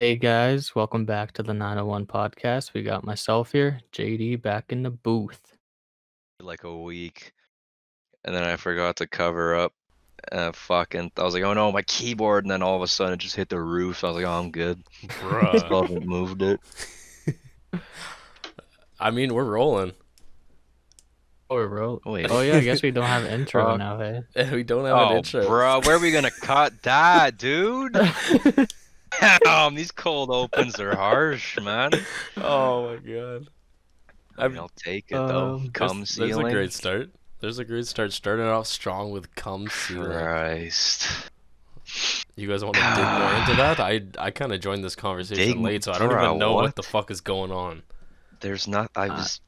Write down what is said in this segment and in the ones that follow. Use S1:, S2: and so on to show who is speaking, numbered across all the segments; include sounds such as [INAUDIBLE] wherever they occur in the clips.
S1: Hey guys, welcome back to the 901 podcast. We got myself here, JD back in the booth.
S2: like a week, and then I forgot to cover up. Uh, fucking, I was like, oh no, my keyboard, and then all of a sudden it just hit the roof. So I was like, oh, I'm good. [LAUGHS]
S3: Bruh.
S2: Well, it moved
S3: [LAUGHS]
S2: it.
S3: I mean, we're rolling. [LAUGHS]
S1: Oh, we wrote.
S2: Wait.
S1: Oh yeah, I guess we don't have intro
S2: Fuck.
S1: now, hey.
S3: And we don't have an
S2: Oh,
S3: intro.
S2: bro, where are we gonna cut that, dude? [LAUGHS] Damn, these cold opens are harsh,
S3: [LAUGHS]
S2: man.
S3: [LAUGHS] Oh my god.
S2: I mean,
S3: I've-
S2: I'll take it though.
S1: Um,
S3: There's,
S2: Cum
S3: there's a
S2: ceiling.
S3: great start. There's a great start. Starting off strong with cum ceiling.
S2: Christ.
S3: You guys want to dig more into that? I I kind of joined this conversation
S2: Dig-
S3: late, so I don't
S2: bruh,
S3: even know what?
S2: what?
S3: the fuck is going on.
S2: There's not. I
S1: Uh,
S2: was.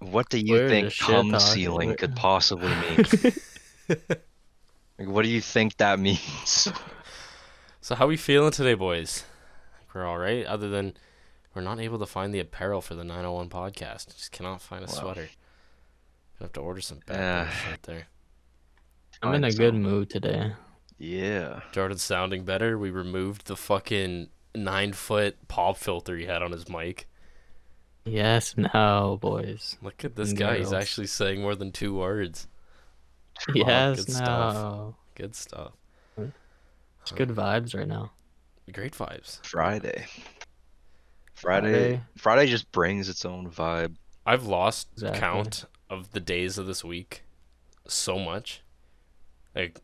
S2: What do you
S1: we're
S2: think
S1: just shit
S2: cum
S1: talking.
S2: ceiling
S1: We're- [LAUGHS]
S2: could possibly mean? Like, what do you think that [LAUGHS] means?
S3: So how we feeling today, boys? We're all right, other than we're not able to find the apparel for the 901 podcast. Just cannot find a
S2: Wow.
S3: sweater. Gonna have to order some
S2: Yeah.
S3: bad shit there.
S1: I'm in a
S2: Fine,
S1: good
S2: so-
S1: mood today.
S2: Yeah.
S3: Jordan's sounding better. We removed the fucking nine foot pop filter he had on his mic.
S1: Yes, now, boys.
S3: Look at this guy. He's
S1: Nails.
S3: actually saying more than two words.
S1: Yes,
S3: good stuff.
S1: now.
S3: Good stuff.
S1: It's good vibes right now.
S3: Great vibes.
S2: Friday. Friday.
S1: Friday.
S2: Friday just brings its own vibe.
S3: I've lost
S1: Exactly.
S3: count of the days of this week so much. Like,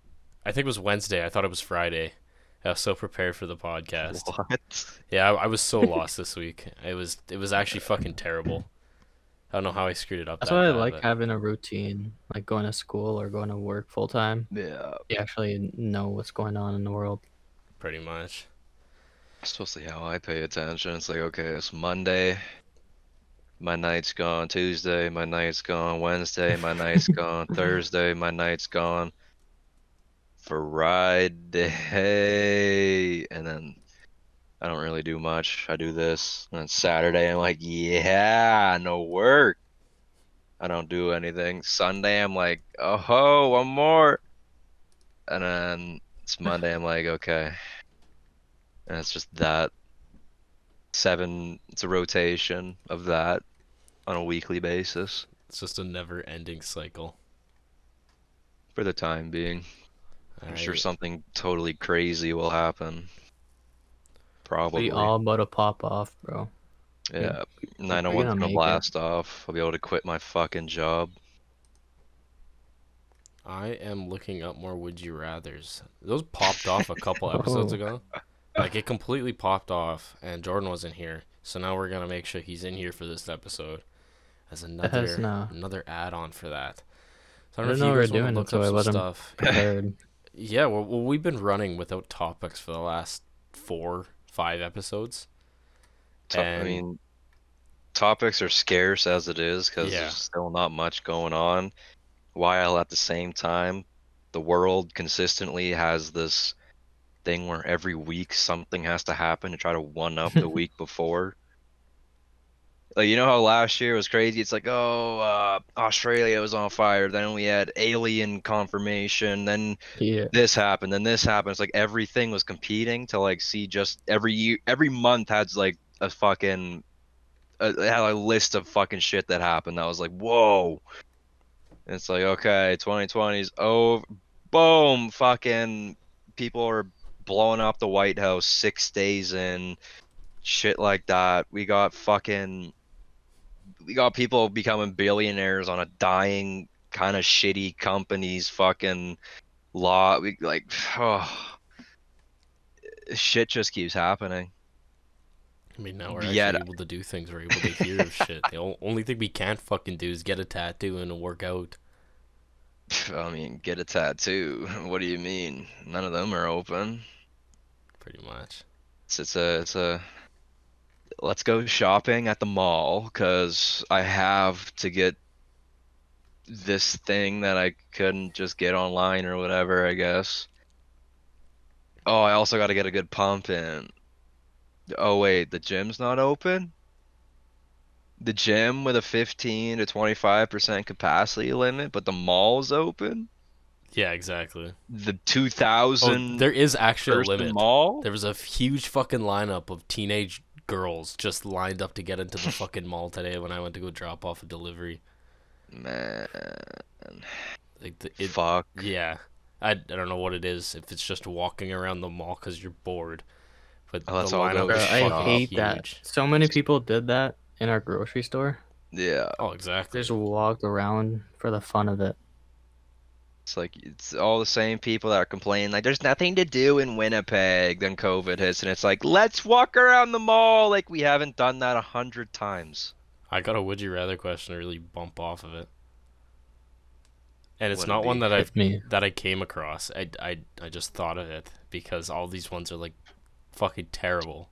S3: I think it was Wednesday. I thought it was Friday. I was so prepared for the podcast.
S2: [LAUGHS] What?
S3: Yeah, I, I
S1: [LAUGHS]
S3: was so lost this week. It was it was actually fucking terrible. I don't know how I screwed it up.
S1: That's
S3: that
S1: why I
S3: bad,
S1: like
S3: but-
S1: having a routine, like going to school or going to work full time.
S2: Yeah.
S1: You actually know what's going on in the world.
S3: pretty much.
S2: That's supposedly how I pay attention. It's like, okay, it's Monday. My night's gone. Tuesday, my night's gone. Wednesday, my night's gone. Thursday, my night's gone. Friday. And then I don't really do much. I do this. And then Saturday, I'm like, yeah, no work. I don't do anything. Sunday, I'm like, oh ho, one more. And then it's Monday, I'm like, okay. And it's just that seven, it's a rotation of that on a weekly basis
S3: It's just a never ending cycle.
S2: for the time being. I'm sure
S3: I-
S2: something totally crazy will happen. Probably.
S1: We all about to pop off, bro.
S2: Yeah,
S1: we're
S2: 901's
S1: gonna
S2: gonna
S1: make it.
S2: blast off. I'll be able to quit my fucking job.
S3: I am looking up more would you rather's. Those popped off a couple
S1: [LAUGHS]
S3: episodes
S1: Oh.
S3: ago. Like it completely popped off and Jordan wasn't here. So now we're gonna make sure he's in here for this episode as another
S1: no.
S3: another add on for that. So
S1: I didn't know we were doing it, so I let him-
S3: stuff.
S1: Prepared.
S3: Yeah, well, well we've been running without topics for the last four, five episodes.
S2: To- I
S3: And-
S2: mean, topics are scarce as it is because
S3: Yeah.
S2: there's still not much going on. While at the same time, the world consistently has this thing where every week something has to happen to try to one up
S3: [LAUGHS]
S2: the week before. Like you know how last year was crazy. It's like oh, uh, Australia was on fire. Then we had alien confirmation. Then
S1: Yeah.
S2: this happened, then this happened. It's like everything was competing to like see just every year, every month had like a fucking a, it had a list of fucking shit that happened. That was like whoa. And it's like okay, 2020's over. Boom, fucking people are blowing up the White House six days in, shit like that. We got fucking we got people becoming billionaires on a dying kind of shitty companies fucking law we like [SIGHS] oh shit just keeps happening [SIGHS]
S3: I mean, now we're actually
S2: Yet-
S3: able to do things. We're able to hear [LAUGHS] of shit. The o- only thing we can't fucking do is get a tattoo and work out.
S2: i mean get a tattoo [LAUGHS] what do you mean none of them are open
S3: Pretty much.
S2: it's, it's a it's a let's go shopping at the mall because i have to get this thing that i couldn't just get online or whatever i guess oh i also got to get a good pump in oh wait the gym's not open the gym with a 15 to 25% capacity limit but the mall's open
S3: Yeah, exactly.
S2: the
S3: Oh,
S2: 2000
S3: there is actually a limit.
S2: mall.
S3: There was a huge fucking lineup of teenage girls just lined up to get into
S2: [LAUGHS]
S3: the fucking mall today when I went to go drop off a delivery.
S2: Man,
S3: Like the, it,
S2: fuck.
S3: yeah, I, I don't know what it is. If it's just walking around the mall because you're bored, but
S2: Oh, that's
S3: the
S2: all
S3: lineup
S2: those
S3: was
S1: Bro, I
S3: fucking
S1: hate
S3: huge.
S1: that. So many people did that in our grocery store.
S2: Yeah,
S3: Oh, exactly.
S1: Just walked around for the fun of it.
S2: it's like it's all the same people that are complaining like there's nothing to do in Winnipeg. Then COVID hits, and it's like let's walk around the mall like we haven't done that a hundred times.
S3: I got a would you rather question to really bump off of it, and it's
S2: What'd
S3: not
S2: it
S3: one
S2: be? [LAUGHS]
S3: that I've
S1: Hit me.
S3: that I came across. I, I I just thought of it because all these ones are like fucking terrible.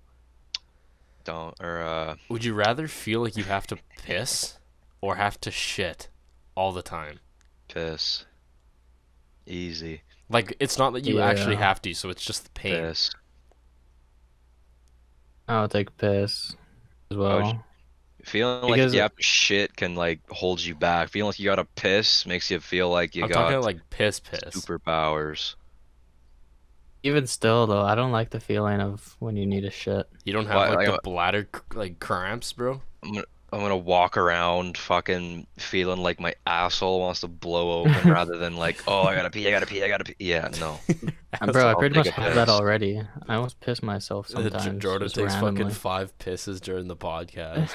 S2: Don't or uh,
S3: Would you rather feel like you have to piss or have to shit all the time?
S2: piss. Easy
S3: Like it's not that you actually
S1: Yeah.
S3: have to, so it's just the pain.
S2: piss.
S1: I would take piss as
S2: would
S1: well.
S2: Feeling
S1: Because-
S2: like you have to shit can like hold you back. Feeling like you gotta piss makes you feel like you
S3: I'm talking
S2: got
S3: like piss piss.
S2: superpowers.
S1: Even still, though, I don't like the feeling of when you need a shit.
S3: You don't have
S2: Why-
S3: like,
S2: like, uh,
S3: the bladder c- like cramps, bro.
S2: I'm gonna walk around fucking feeling like my asshole wants to blow
S3: [LAUGHS]
S2: open rather than like, oh, I gotta pee, I gotta pee, I gotta pee. Yeah, no.
S1: And bro, I
S3: [LAUGHS]
S2: I'll
S1: pretty
S2: take
S1: much
S2: a
S1: have that
S2: piss.
S1: already. I almost piss myself [LAUGHS]
S3: Uh,
S1: sometimes.
S3: J- Jordan
S1: just
S3: takes fucking
S1: randomly.
S3: five pisses during
S1: [LAUGHS]
S3: the podcast.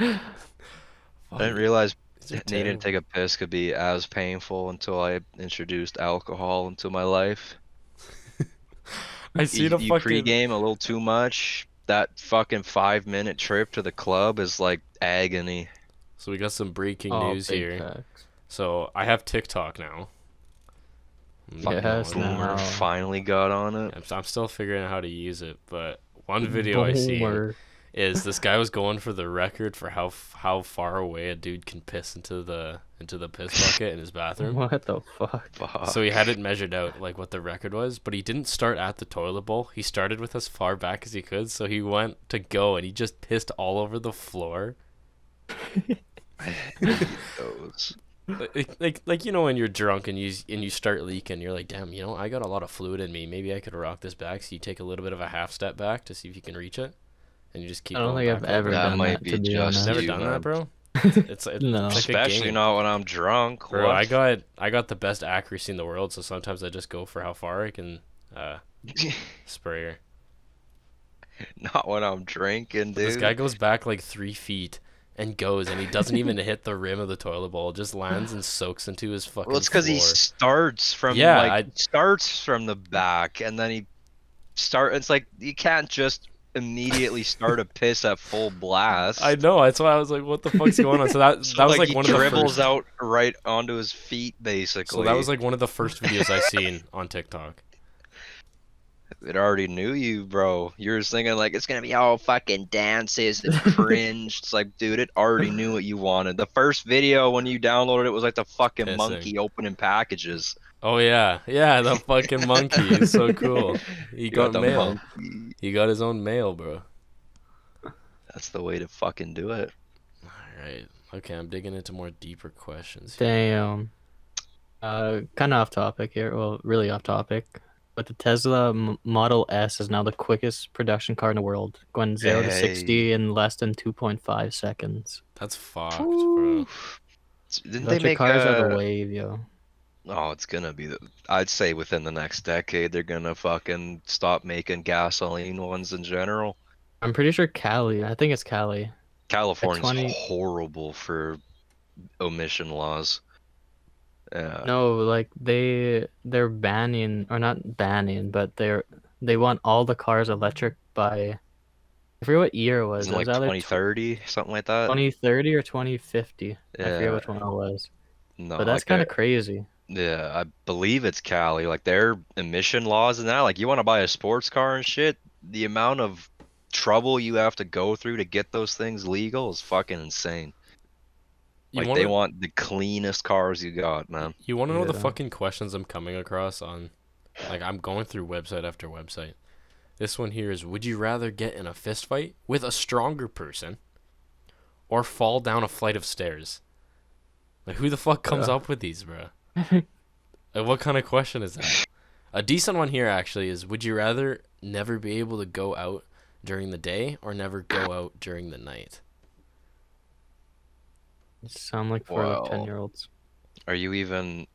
S2: I didn't realize
S3: These are
S2: needing to
S3: terrible.
S2: take a piss could be as painful until I introduced alcohol into my life.
S3: I seen
S2: you
S3: a
S2: you
S3: fucking
S2: pregame a little too much. That fucking five minute trip to the club is like agony.
S3: So we got some breaking
S1: Oh,
S3: news
S1: big
S3: here.
S1: facts.
S3: So I have TikTok now. I'm not gonna
S1: Yes,
S3: lie.
S1: now.
S2: Boomer finally got on it.
S3: I'm, I'm still figuring out how to use it, but
S1: [LAUGHS]
S3: one video I seen
S1: Boomer.
S3: is this guy was going for the record for how f- how far away a dude can piss into the into the piss bucket in his bathroom.
S1: What the fuck?
S2: Fuck. [LAUGHS]
S3: So he had it measured out like what the record was, but he didn't start at the toilet bowl. He started with as far back as he could, so he went to go and he just pissed all over the floor. [LAUGHS]
S2: Those.
S3: Like, like, like you know when you're drunk and you s- and you start leaking, you're like, damn, you know, I got a lot of fluid in me. Maybe I could rock this back. So you take a little bit of a half step back to see if you can reach it, and you just keep.
S1: I don't
S3: going
S1: think I've
S3: back over.
S1: ever
S2: That
S1: done
S2: might
S1: that.
S2: be
S1: to be
S2: just
S1: honest.
S3: Never
S2: you,
S3: done
S2: man.
S3: that, bro.
S1: [LAUGHS]
S3: It's, it's
S1: No.
S3: like a
S2: Especially
S3: game.
S2: not when I'm drunk.
S3: Bro,
S2: what?
S3: I got I got the best accuracy in the world, so sometimes I just go for how far I can uh, spray her.
S2: [LAUGHS] Not when I'm drinking, dude.
S3: This guy goes back like three feet and goes, and he
S2: [LAUGHS]
S3: doesn't even hit the rim of the toilet bowl. Just lands and soaks into his fucking.
S2: Well, it's because he
S3: floor.
S2: starts from
S3: Yeah,
S2: like
S3: I-
S2: starts from the back, and then he start. It's like you can't just immediately start a piss at full blast.
S3: I know. That's why I was like, "What the fuck's going on?" So
S2: [LAUGHS]
S3: that
S2: So,
S3: that was like,
S2: he
S3: one of the
S2: dribbles
S3: first.
S2: out right onto his feet, basically.
S3: So that was like one of the first videos
S2: [LAUGHS]
S3: I seen on TikTok.
S2: it already knew you, bro. You were thinking like it's gonna be all fucking dances
S3: [LAUGHS]
S2: and cringe. it's like, dude, it already knew what you wanted. The first video when you downloaded it was like the fucking
S3: Pissing.
S2: monkey opening packages.
S3: Oh yeah, yeah, the fucking monkey is so cool.
S2: [LAUGHS]
S3: He
S2: You
S3: got,
S2: the
S3: mail.
S2: monkey.
S3: He got his own mail, bro.
S2: That's the way to fucking do it.
S3: All right. Okay, I'm digging into more deeper questions. Here.
S1: Damn. Uh, kind of off topic here. Well, really off topic. But the Tesla M- Model S is now the quickest production car in the world, going zero to
S2: Hey.
S1: sixty in less than two point five seconds.
S3: That's fucked, bro.
S2: Didn't
S1: Electric
S2: they make
S1: cars
S2: uh,
S1: are the wave, yo.
S2: Oh, it's gonna be the. I'd say within the next decade, they're gonna fucking stop making gasoline ones in general.
S1: I'm pretty sure Cali. I think it's Cali.
S2: California's
S1: 20
S2: horrible for emission laws. Uh, Yeah.
S1: No, like they they're banning or not banning, but they're they want all the cars electric by. I forget what year it was.
S2: Isn't
S1: It was
S2: it like
S1: either
S2: 2030, something like that?
S1: 2030 or 2050. I
S2: Yeah. Oh,
S1: forget which one it was.
S2: no,
S1: but that's
S2: like
S1: kind of crazy.
S2: I- yeah, I believe it's Cali. Like their emission laws and that. Like you want to buy a sports car and shit, the amount of trouble you have to go through to get those things legal is fucking insane.
S3: You
S2: like
S3: wanna,
S2: they want the cleanest cars you got, man.
S3: you want to know the
S1: Yeah.
S3: fucking questions I'm coming across on? Like I'm going through website after website. This one here is: Would you rather get in a fist fight with a stronger person, or fall down a flight of stairs? Like who the fuck comes up with these, bro? Like, what kind of question is that? A decent one here actually is: Would you rather never be able to go out during the day or never go out during the night?
S1: You sound like four
S2: Wow.
S1: like ten year olds.
S2: Are you even?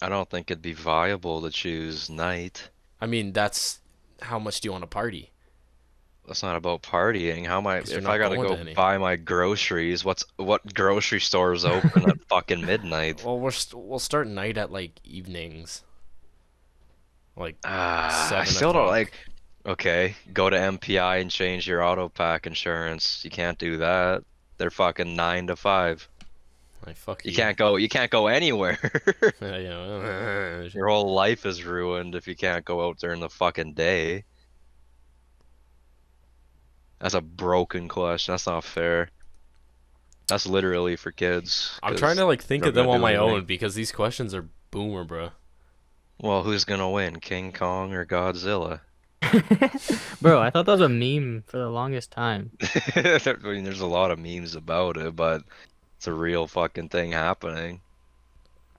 S2: I don't think it'd be viable to choose night.
S3: I mean, that's how much do you want to party?
S2: That's not about partying. How am I?
S3: 'Cause you're
S2: If
S3: not
S2: I gotta
S3: going to
S2: go
S3: any.
S2: buy my groceries, what's what grocery stores open
S3: [LAUGHS]
S2: at fucking midnight?
S3: Well, we're st- we'll start night at like evenings. Like
S2: Ah, I
S3: Seven
S2: still don't
S3: o'clock.
S2: like. Okay, go to MPI and change your auto pack insurance. You can't do that. They're fucking nine to five.
S3: like fuck
S2: You can't go. You can't go anywhere.
S3: [LAUGHS]
S2: [LAUGHS]
S3: Yeah, you know. [LAUGHS]
S2: Your whole life is ruined if you can't go out during the fucking day. That's a broken question. That's not fair. That's literally for kids.
S3: I'm
S2: 'cause-
S3: trying to like think
S2: they're
S3: of them
S2: gonna
S3: on
S2: do
S3: my
S2: anything.
S3: own because these questions are boomer, bro.
S2: Well, who's gonna win, King Kong or Godzilla? [LAUGHS]
S1: Bro, I thought that was a meme for the longest time.
S2: I mean, there's a lot of memes about it, but it's a real fucking thing happening.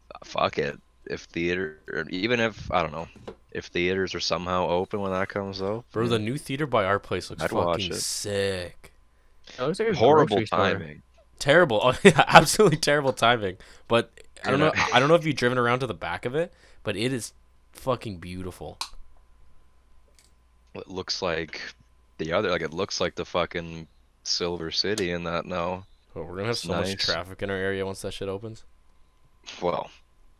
S2: Uh, Fuck it. If theater, or even if I don't know, if theaters are somehow open when that comes out, Hmm.
S3: Bro, the new theater by our place looks
S2: I'd watch
S3: fucking
S2: it.
S3: sick.
S1: That looks like a
S2: horrible
S1: grocery store.
S2: timing.
S3: Terrible. [LAUGHS] Oh, yeah, absolutely terrible timing. But I don't know
S2: Yeah.
S3: I don't know if you've driven around to the back of it, but it is fucking beautiful.
S2: it looks like the other like it looks like the fucking silver city in that now
S3: But Oh, we're gonna have
S2: It's
S3: so much
S2: nice.
S3: traffic in our area once that shit opens.
S2: well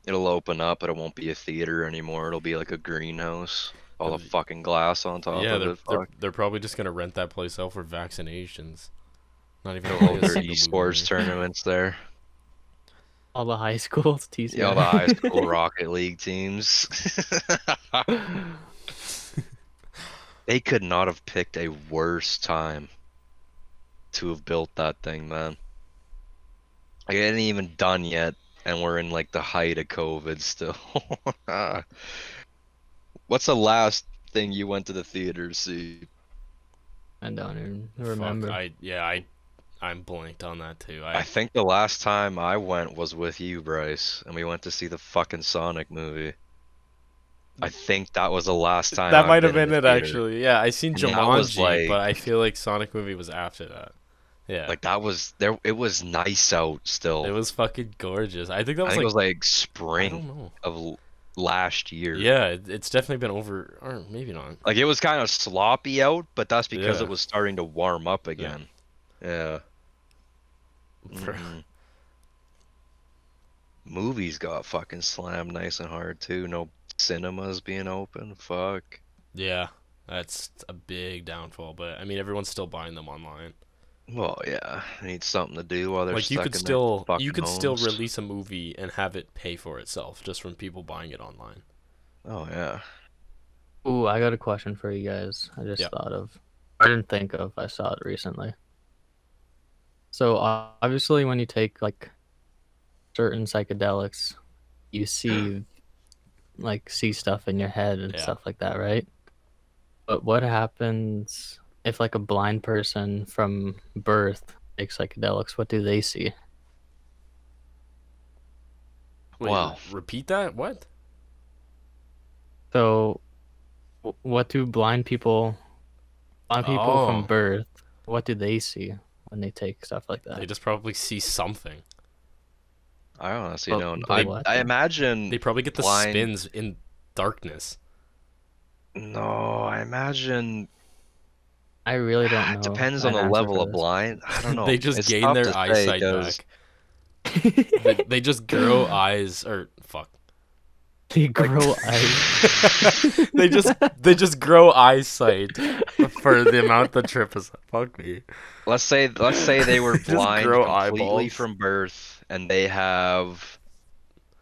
S2: it'll open up but it won't be a theater anymore it'll be like a greenhouse all the
S3: Um,
S2: fucking glass on top
S3: yeah,
S2: of
S3: they're,
S2: it
S3: they're,
S2: fuck.
S3: they're probably just gonna rent that place out for vaccinations. Not even
S2: all
S3: a
S2: their
S3: [LAUGHS] single
S2: esports
S3: movie.
S2: tournaments there
S1: All the high [LAUGHS] schools TCI.
S2: yeah all
S1: [LAUGHS]
S2: the high school rocket league teams they could not have picked a worse time to have built that thing man like, it ain't even done yet and we're in like the height of covid still [LAUGHS] what's the last thing you went to the theater to see
S1: I don't even
S3: Fuck,
S1: remember.
S3: I yeah, I I'm blanked on that too. I,
S2: i think the last time i went was with you bryce and we went to see the fucking sonic movie i think that was the last time
S3: that
S2: I've
S3: might have been,
S2: in
S3: it
S2: the theater.
S3: actually. Yeah, I seen
S2: And that was,
S3: Jumanji,
S2: like-
S3: but I feel like Sonic movie was after that. Yeah,
S2: like that was there it was nice out still
S3: it was fucking gorgeous. I think that
S2: I
S3: was
S2: think
S3: like
S2: it was like
S3: I
S2: spring
S3: don't know.
S2: of l- last year.
S3: Yeah, it, it's definitely been over, or maybe not. [LAUGHS]
S2: Like it was kind of sloppy out, but that's because
S3: Yeah.
S2: it was starting to warm up again. Yeah.
S3: [LAUGHS] Bro.
S2: mhm. Movies got fucking slammed nice and hard too. No cinemas being open. Fuck.
S3: Yeah, that's a big downfall. But I mean, everyone's still buying them online.
S2: Well, yeah. I need something to do while they're
S3: like you
S2: stuck
S3: could
S2: in
S3: still
S2: their
S3: you
S2: fucking
S3: could still
S2: homes.
S3: release a movie and have it pay for itself just from people buying it online.
S2: Oh yeah.
S1: Ooh, I got a question for you guys. I just
S3: Yeah.
S1: thought of. I didn't think of. I saw it recently. So o- obviously, when you take like certain psychedelics, you see like see stuff in your head and
S3: Yeah.
S1: stuff like that, right? But what happens if like a blind person from birth takes psychedelics? What do they see?
S3: Wait,
S2: Wow.
S3: re- Repeat that? What?
S1: So, w- what do blind people, blind people
S3: Oh.
S1: from birth, what do they see when they take stuff like that?
S3: They just probably see something.
S2: I honestly
S1: But-
S2: don't.
S1: but
S2: I,
S1: what?
S2: I imagine
S3: oh, They probably get the
S2: Blind-
S3: spins in darkness.
S2: no. I imagine
S1: I really don't know.
S2: Ah, It depends
S1: an
S2: on the
S1: answer
S2: level
S1: for
S2: of
S1: this.
S2: blind. I
S3: [LAUGHS]
S2: don't know.
S3: they just
S2: It's
S3: gain
S2: tough
S3: their
S2: to say
S3: eyesight
S2: 'cause
S3: back. they, they just
S2: [LAUGHS]
S3: grow eyes or fuck.
S1: [LAUGHS] They grow eyes.
S3: [LAUGHS] They just they just grow eyesight for the amount the trip is. Fuck
S2: [LAUGHS]
S3: me.
S2: Let's say let's say they were
S3: Just
S2: blind
S3: grow
S2: completely
S3: eyeballs.
S2: from birth, and they have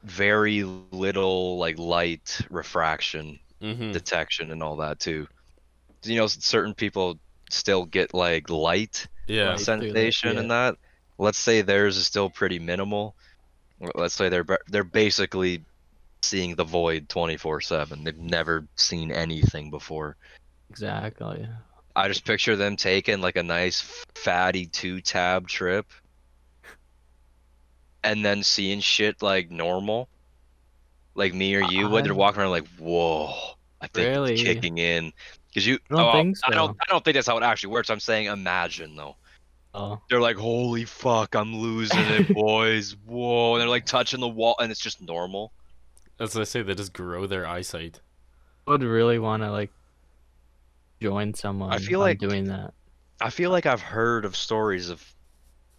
S2: very little like light refraction
S3: Mm-hmm.
S2: detection and all that too. You know, s- certain people still get like light
S3: Yeah.
S1: Right. through that,
S2: sensation and that. Let's say theirs is still pretty minimal. Let's say they're ba- they're basically seeing the void 24/7. They've never seen anything before.
S1: exactly.
S2: I just picture them taking like a nice fatty two tab trip and then seeing shit like normal. like me or you would, they're
S1: I-
S2: walking around like, whoa, I think
S1: Really?
S2: it's kicking in. Because you,
S1: I don't
S2: oh,
S1: think
S2: I don't,
S1: so.
S2: I don't think that's how it actually works. I'm saying imagine though.
S1: Oh,
S2: They're like, holy fuck, I'm losing
S1: [LAUGHS]
S2: it, boys. Whoa. And they're like touching the wall, and it's just normal.
S3: As I say, they just grow their eyesight.
S1: I would really want to like join someone.
S2: feel
S1: on
S2: like-
S1: doing that.
S2: I feel like I've heard of stories of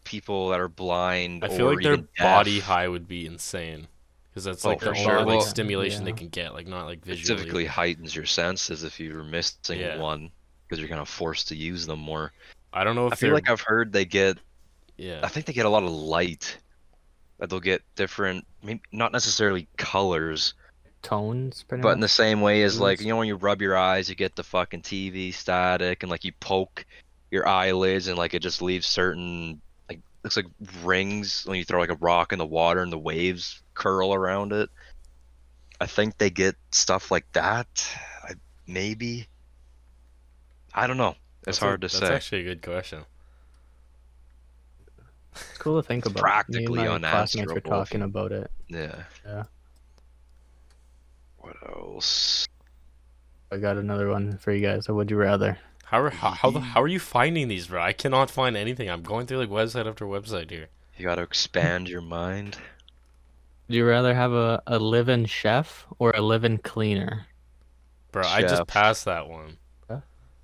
S2: people that are blind.
S3: I feel
S2: or
S3: like their
S2: even
S3: body
S2: deaf.
S3: high would be insane because that's
S2: Oh,
S3: like the
S2: for
S3: only
S2: sure.
S3: like
S2: Well,
S3: stimulation they
S1: yeah.
S3: can get, like not like
S2: It
S3: visually.
S2: typically heightens your senses if you're missing
S3: Yeah.
S2: one because you're kind of forced to use them more.
S3: I don't know if
S2: I feel
S3: they're
S2: like I've heard they get I
S3: yeah.
S2: think they get a lot of light. That they'll get different, I mean, not necessarily colors,
S1: Tones, pretty
S2: but in
S1: much.
S2: the same way as like
S1: Colors.
S2: you know when you rub your eyes, you get the fucking TV static, and like you poke your eyelids, and like it just leaves certain like looks like rings when you throw like a rock in the water, and the waves curl around it. I think they get stuff like that. I, maybe. I don't know. It's
S3: That's a-
S2: hard to
S3: that's
S2: say.
S3: actually a good question.
S1: It's cool to think
S2: It's
S1: about.
S2: practically
S1: Me and my classmates were
S2: unanswerable.
S1: talking about it.
S2: Yeah.
S1: Yeah.
S2: What else?
S1: I got another one for you guys. So would you rather?
S3: How are how,
S1: Mm.
S3: how the- how are you finding these, bro? I cannot find anything. I'm going through like website after website here.
S2: You gotta expand your mind.
S1: Would you rather have a, a live-in chef or a live-in cleaner?
S3: Bro, I just
S2: Chef.
S3: passed that one.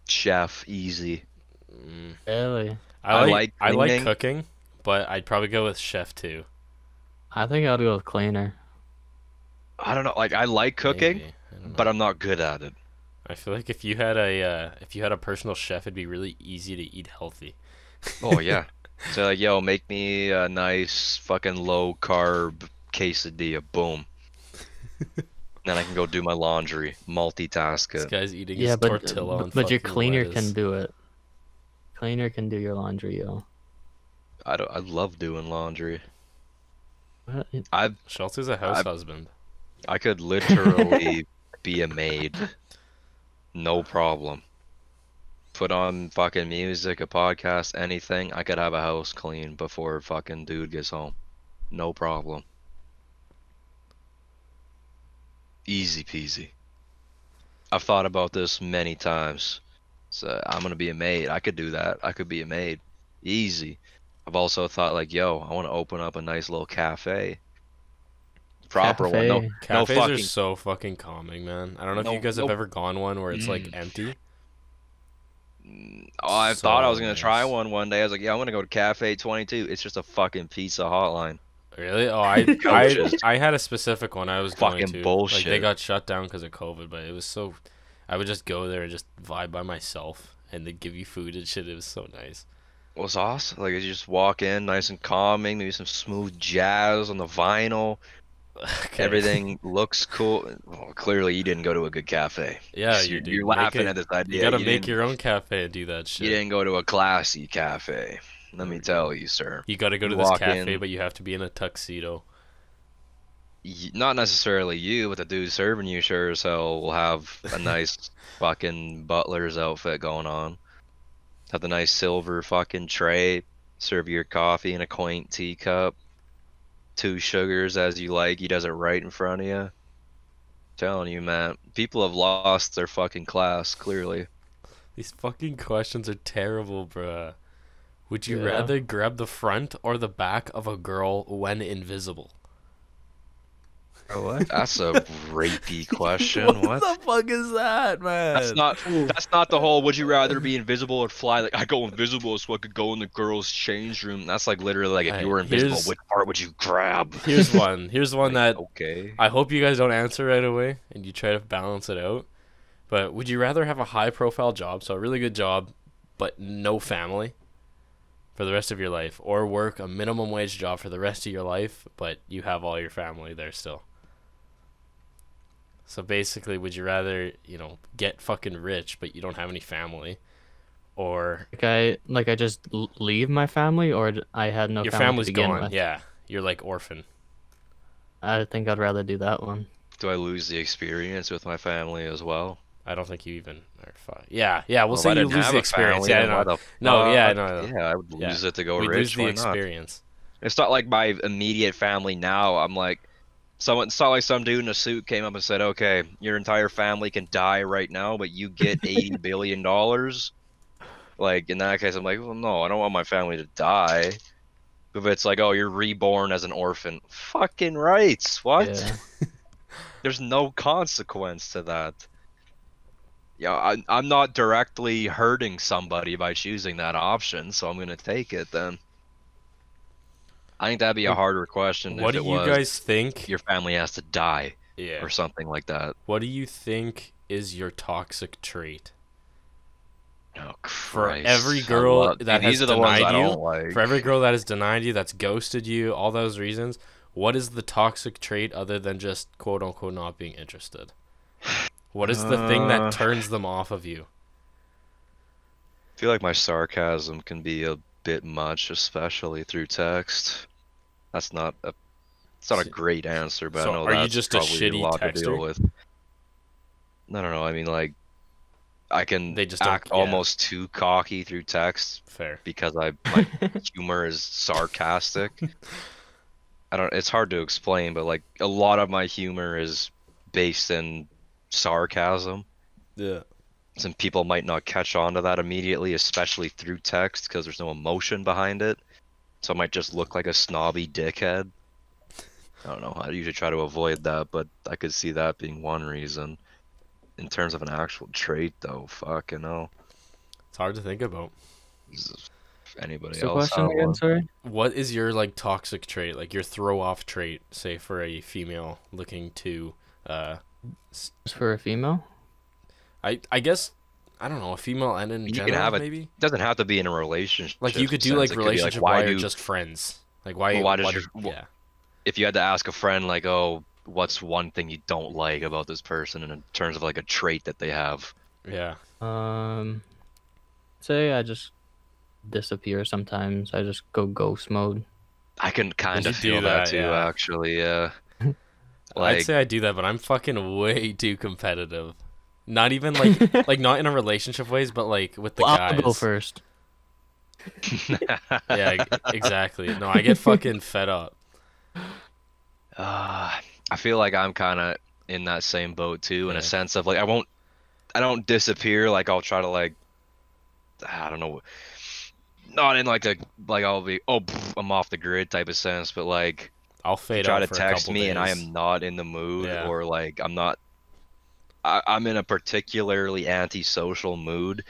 S2: Chef, easy.
S3: Mm.
S1: Really?
S3: I like I like,
S2: cleaning.
S3: cooking, but I'd probably go with chef too.
S1: I think I'd go with cleaner.
S2: I don't know. Like I like cooking,
S3: maybe. I don't know.
S2: but I'm not good at it.
S3: I feel like if you had a uh, if you had a personal chef, it'd be really easy to eat healthy.
S2: Oh [LAUGHS] yeah. so like, yo, make me a nice fucking low carb quesadilla. [LAUGHS] Boom. then I can go do my laundry, multitask
S3: This
S2: it.
S3: guy's eating
S1: yeah,
S3: his
S1: but
S3: tortilla.
S1: but,
S3: and
S1: but your
S3: fucking
S1: cleaner
S3: lettuce.
S1: can do it. Cleaner can do your laundry, yo.
S2: I don't. I love doing laundry.
S1: What?
S2: I
S3: Shelter's a house
S2: I-
S3: husband.
S2: I could literally be a maid, no problem. Put on fucking music, a podcast, anything. I could have a house clean before fucking dude gets home, no problem. Easy peasy. I've thought about this many times. So I'm gonna be a maid. I could do that. I could be a maid, easy. I've also thought like, yo, I want to open up a nice little cafe. Proper one, no,
S1: Cafe.
S3: Cafes are
S2: fucking-
S3: so fucking calming, man. I don't know
S2: No-
S3: if you guys have
S2: no-
S3: ever gone one where it's like
S2: Mm.
S3: empty.
S2: Mm, Oh, I thought I was
S3: So
S2: gonna try
S3: nice.
S2: one one day. I was like, yeah, I'm gonna go to Cafe 22. It's just a fucking pizza hotline.
S3: Really?
S2: [LAUGHS]
S3: Oh, I I,
S2: Coaches.
S3: I had a specific one I was going
S2: Fucking
S3: to. Like they
S2: bullshit.
S3: got shut down because of COVID, but it was so. I would just go there and just vibe by myself, and they'd give you food and shit. It was so nice. [LAUGHS]
S2: It was awesome. Like you just walk in, nice and calming. Maybe some smooth jazz on the vinyl.
S3: Okay.
S2: Everything looks cool. Well, clearly, you didn't go to a good cafe.
S3: [LAUGHS] Yeah,
S2: you're,
S3: you do.
S2: you're
S3: Make
S2: laughing
S3: it-
S2: at this idea.
S3: You gotta
S2: You
S3: make
S2: didn't-
S3: your own cafe and do that shit.
S2: You didn't go to a classy cafe. Let me tell you, sir.
S3: You gotta go to
S2: You
S3: this
S2: walk
S3: cafe,
S2: in.
S3: but you have to be in a tuxedo.
S2: y- not necessarily you, but the dude serving you sure as hell will have a nice fucking butler's outfit going on. Have the nice silver fucking tray, serve your coffee in a quaint teacup, two sugars as you like. He does it right in front of you. Telling you, man, people have lost their fucking class. Clearly,
S3: These fucking questions are terrible, bruh. Would you
S1: Yeah.
S3: rather grab the front or the back of a girl when invisible?
S1: Or what?
S2: that's a rapey question. what?
S3: the fuck is that, man?
S2: That's not. That's not the whole. Would you rather be invisible or fly? Like I go invisible so I could go in the girls' change room. That's like literally like if
S3: Alright,
S2: you were invisible,
S3: here's-
S2: which part would you grab?
S3: Here's one. Here's one [LAUGHS] that
S2: Okay.
S3: I hope you guys don't answer right away and you try to balance it out. But would you rather have a high profile job, so a really good job, but no family for the rest of your life, or work a minimum wage job for the rest of your life, but you have all your family there still? So basically, would you rather, you know, get fucking rich, but you don't have any family? Or
S1: like I like I just l- leave my family, or d- I had no
S3: your
S1: family
S3: family's
S1: to begin
S3: gone.
S1: with.
S3: Yeah. You're like orphan.
S1: I think I'd rather do that one.
S2: Do I lose the experience with my family as well?
S3: I don't think you even are. Fi- yeah. Yeah. We'll
S2: Well,
S3: say
S2: if I
S3: you
S2: didn't
S3: lose
S2: have
S3: the
S2: a
S3: experience.
S2: family,
S3: Yeah.
S2: then
S3: No,
S2: why the
S3: no, yeah,
S2: fuck?
S3: no, no.
S2: Yeah, I would lose it to go
S3: we
S2: rich.
S3: lose the
S2: why not?
S3: experience.
S2: It's not like my immediate family now. I'm like, Someone saw like some dude in a suit came up and said, "Okay, your entire family can die right now, but you get eighty billion dollars." Like in that case, I'm like, "Well, no, I don't want my family to die." If it's like, "Oh, you're reborn as an orphan," fucking rights. What?
S1: Yeah.
S2: There's no consequence to that. Yeah, I, I'm not directly hurting somebody by choosing that option, so I'm gonna take it then. I think that'd be a harder question.
S3: What
S2: if
S3: do
S2: it
S3: you
S2: was
S3: guys think?
S2: your family has to die
S3: Yeah.
S2: or something like that.
S3: What do you think is your toxic trait?
S2: Oh, Christ.
S3: every
S2: I
S3: girl
S2: love-
S3: that
S2: Dude,
S3: has
S2: these are the ones
S3: denied
S2: I
S3: you,
S2: don't like.
S3: For every girl that has denied you, that's ghosted you, all those reasons, what is the toxic trait other than just quote unquote not being interested? What is the thing
S2: Uh.
S3: that turns them off of you?
S2: I feel like my sarcasm can be a bit much, especially through text. That's not a. It's not a
S3: So-
S2: great answer, but
S3: so
S2: I know
S3: are you
S2: that's
S3: just a
S2: probably
S3: shitty
S2: lot to deal
S3: texter?
S2: with. No, no, no. I mean, like, I can
S3: They just don't-
S2: act
S3: yeah.
S2: almost too cocky through text
S3: Fair.
S2: because I
S3: [LAUGHS]
S2: my humor is sarcastic. I don't. It's hard to explain, but like a lot of my humor is based in sarcasm,
S3: Yeah.
S2: and people might not catch on to that immediately, especially through text, because there's no emotion behind it. So I might just look like a snobby dickhead. I don't know. I usually try to avoid that, but I could see that being one reason. In terms of an actual trait, though, fucking hell.
S3: It's hard to think about.
S2: Jesus. Anybody
S1: What's the
S2: else?
S1: question
S2: have
S1: again?
S2: one?
S1: Sorry.
S3: What is your like toxic trait, like your throw off trait, say for a female looking to uh
S1: Just for a female.
S3: I I guess I don't know, a female and in
S2: You can
S3: general
S2: have a-
S3: maybe?
S2: doesn't have to be in a relationship.
S3: Like you could do
S2: sense.
S3: like
S2: It be,
S3: relationship
S2: why
S3: why
S2: do
S3: you're just friends. Like why,
S2: Well, why does your-
S3: yeah.
S2: if you had to ask a friend like, oh, what's one thing you don't like about this person in terms of like a trait that they have?
S3: Yeah.
S1: Um, say I just disappear sometimes. I just go ghost mode.
S2: I can kind
S3: You
S2: of
S3: do
S2: feel that,
S3: that,
S2: too,
S3: yeah.
S2: actually. Yeah.
S3: [LAUGHS] I'd
S2: Like
S3: say I do that, but I'm fucking way [LAUGHS] too competitive. Not
S1: [LAUGHS]
S3: even like like not in a relationship ways, but like with the
S1: Well,
S3: guys.
S1: I'll go first.
S3: Yeah, ex- [LAUGHS] exactly. No, I get fucking fed up.
S2: Uh, I feel like I'm kind of in that same boat too, in
S3: Yeah.
S2: a sense of like I won't, I don't disappear. Like I'll try to like, I don't know, not in like a like I'll be oh pff, I'm off the grid type of sense, but like
S3: I'll fade
S2: try
S3: out
S2: to
S3: for a
S2: text
S3: couple
S2: me and I
S3: days.
S2: am not in the mood
S3: Yeah.
S2: or like I'm not. I, I'm in a particularly antisocial mood.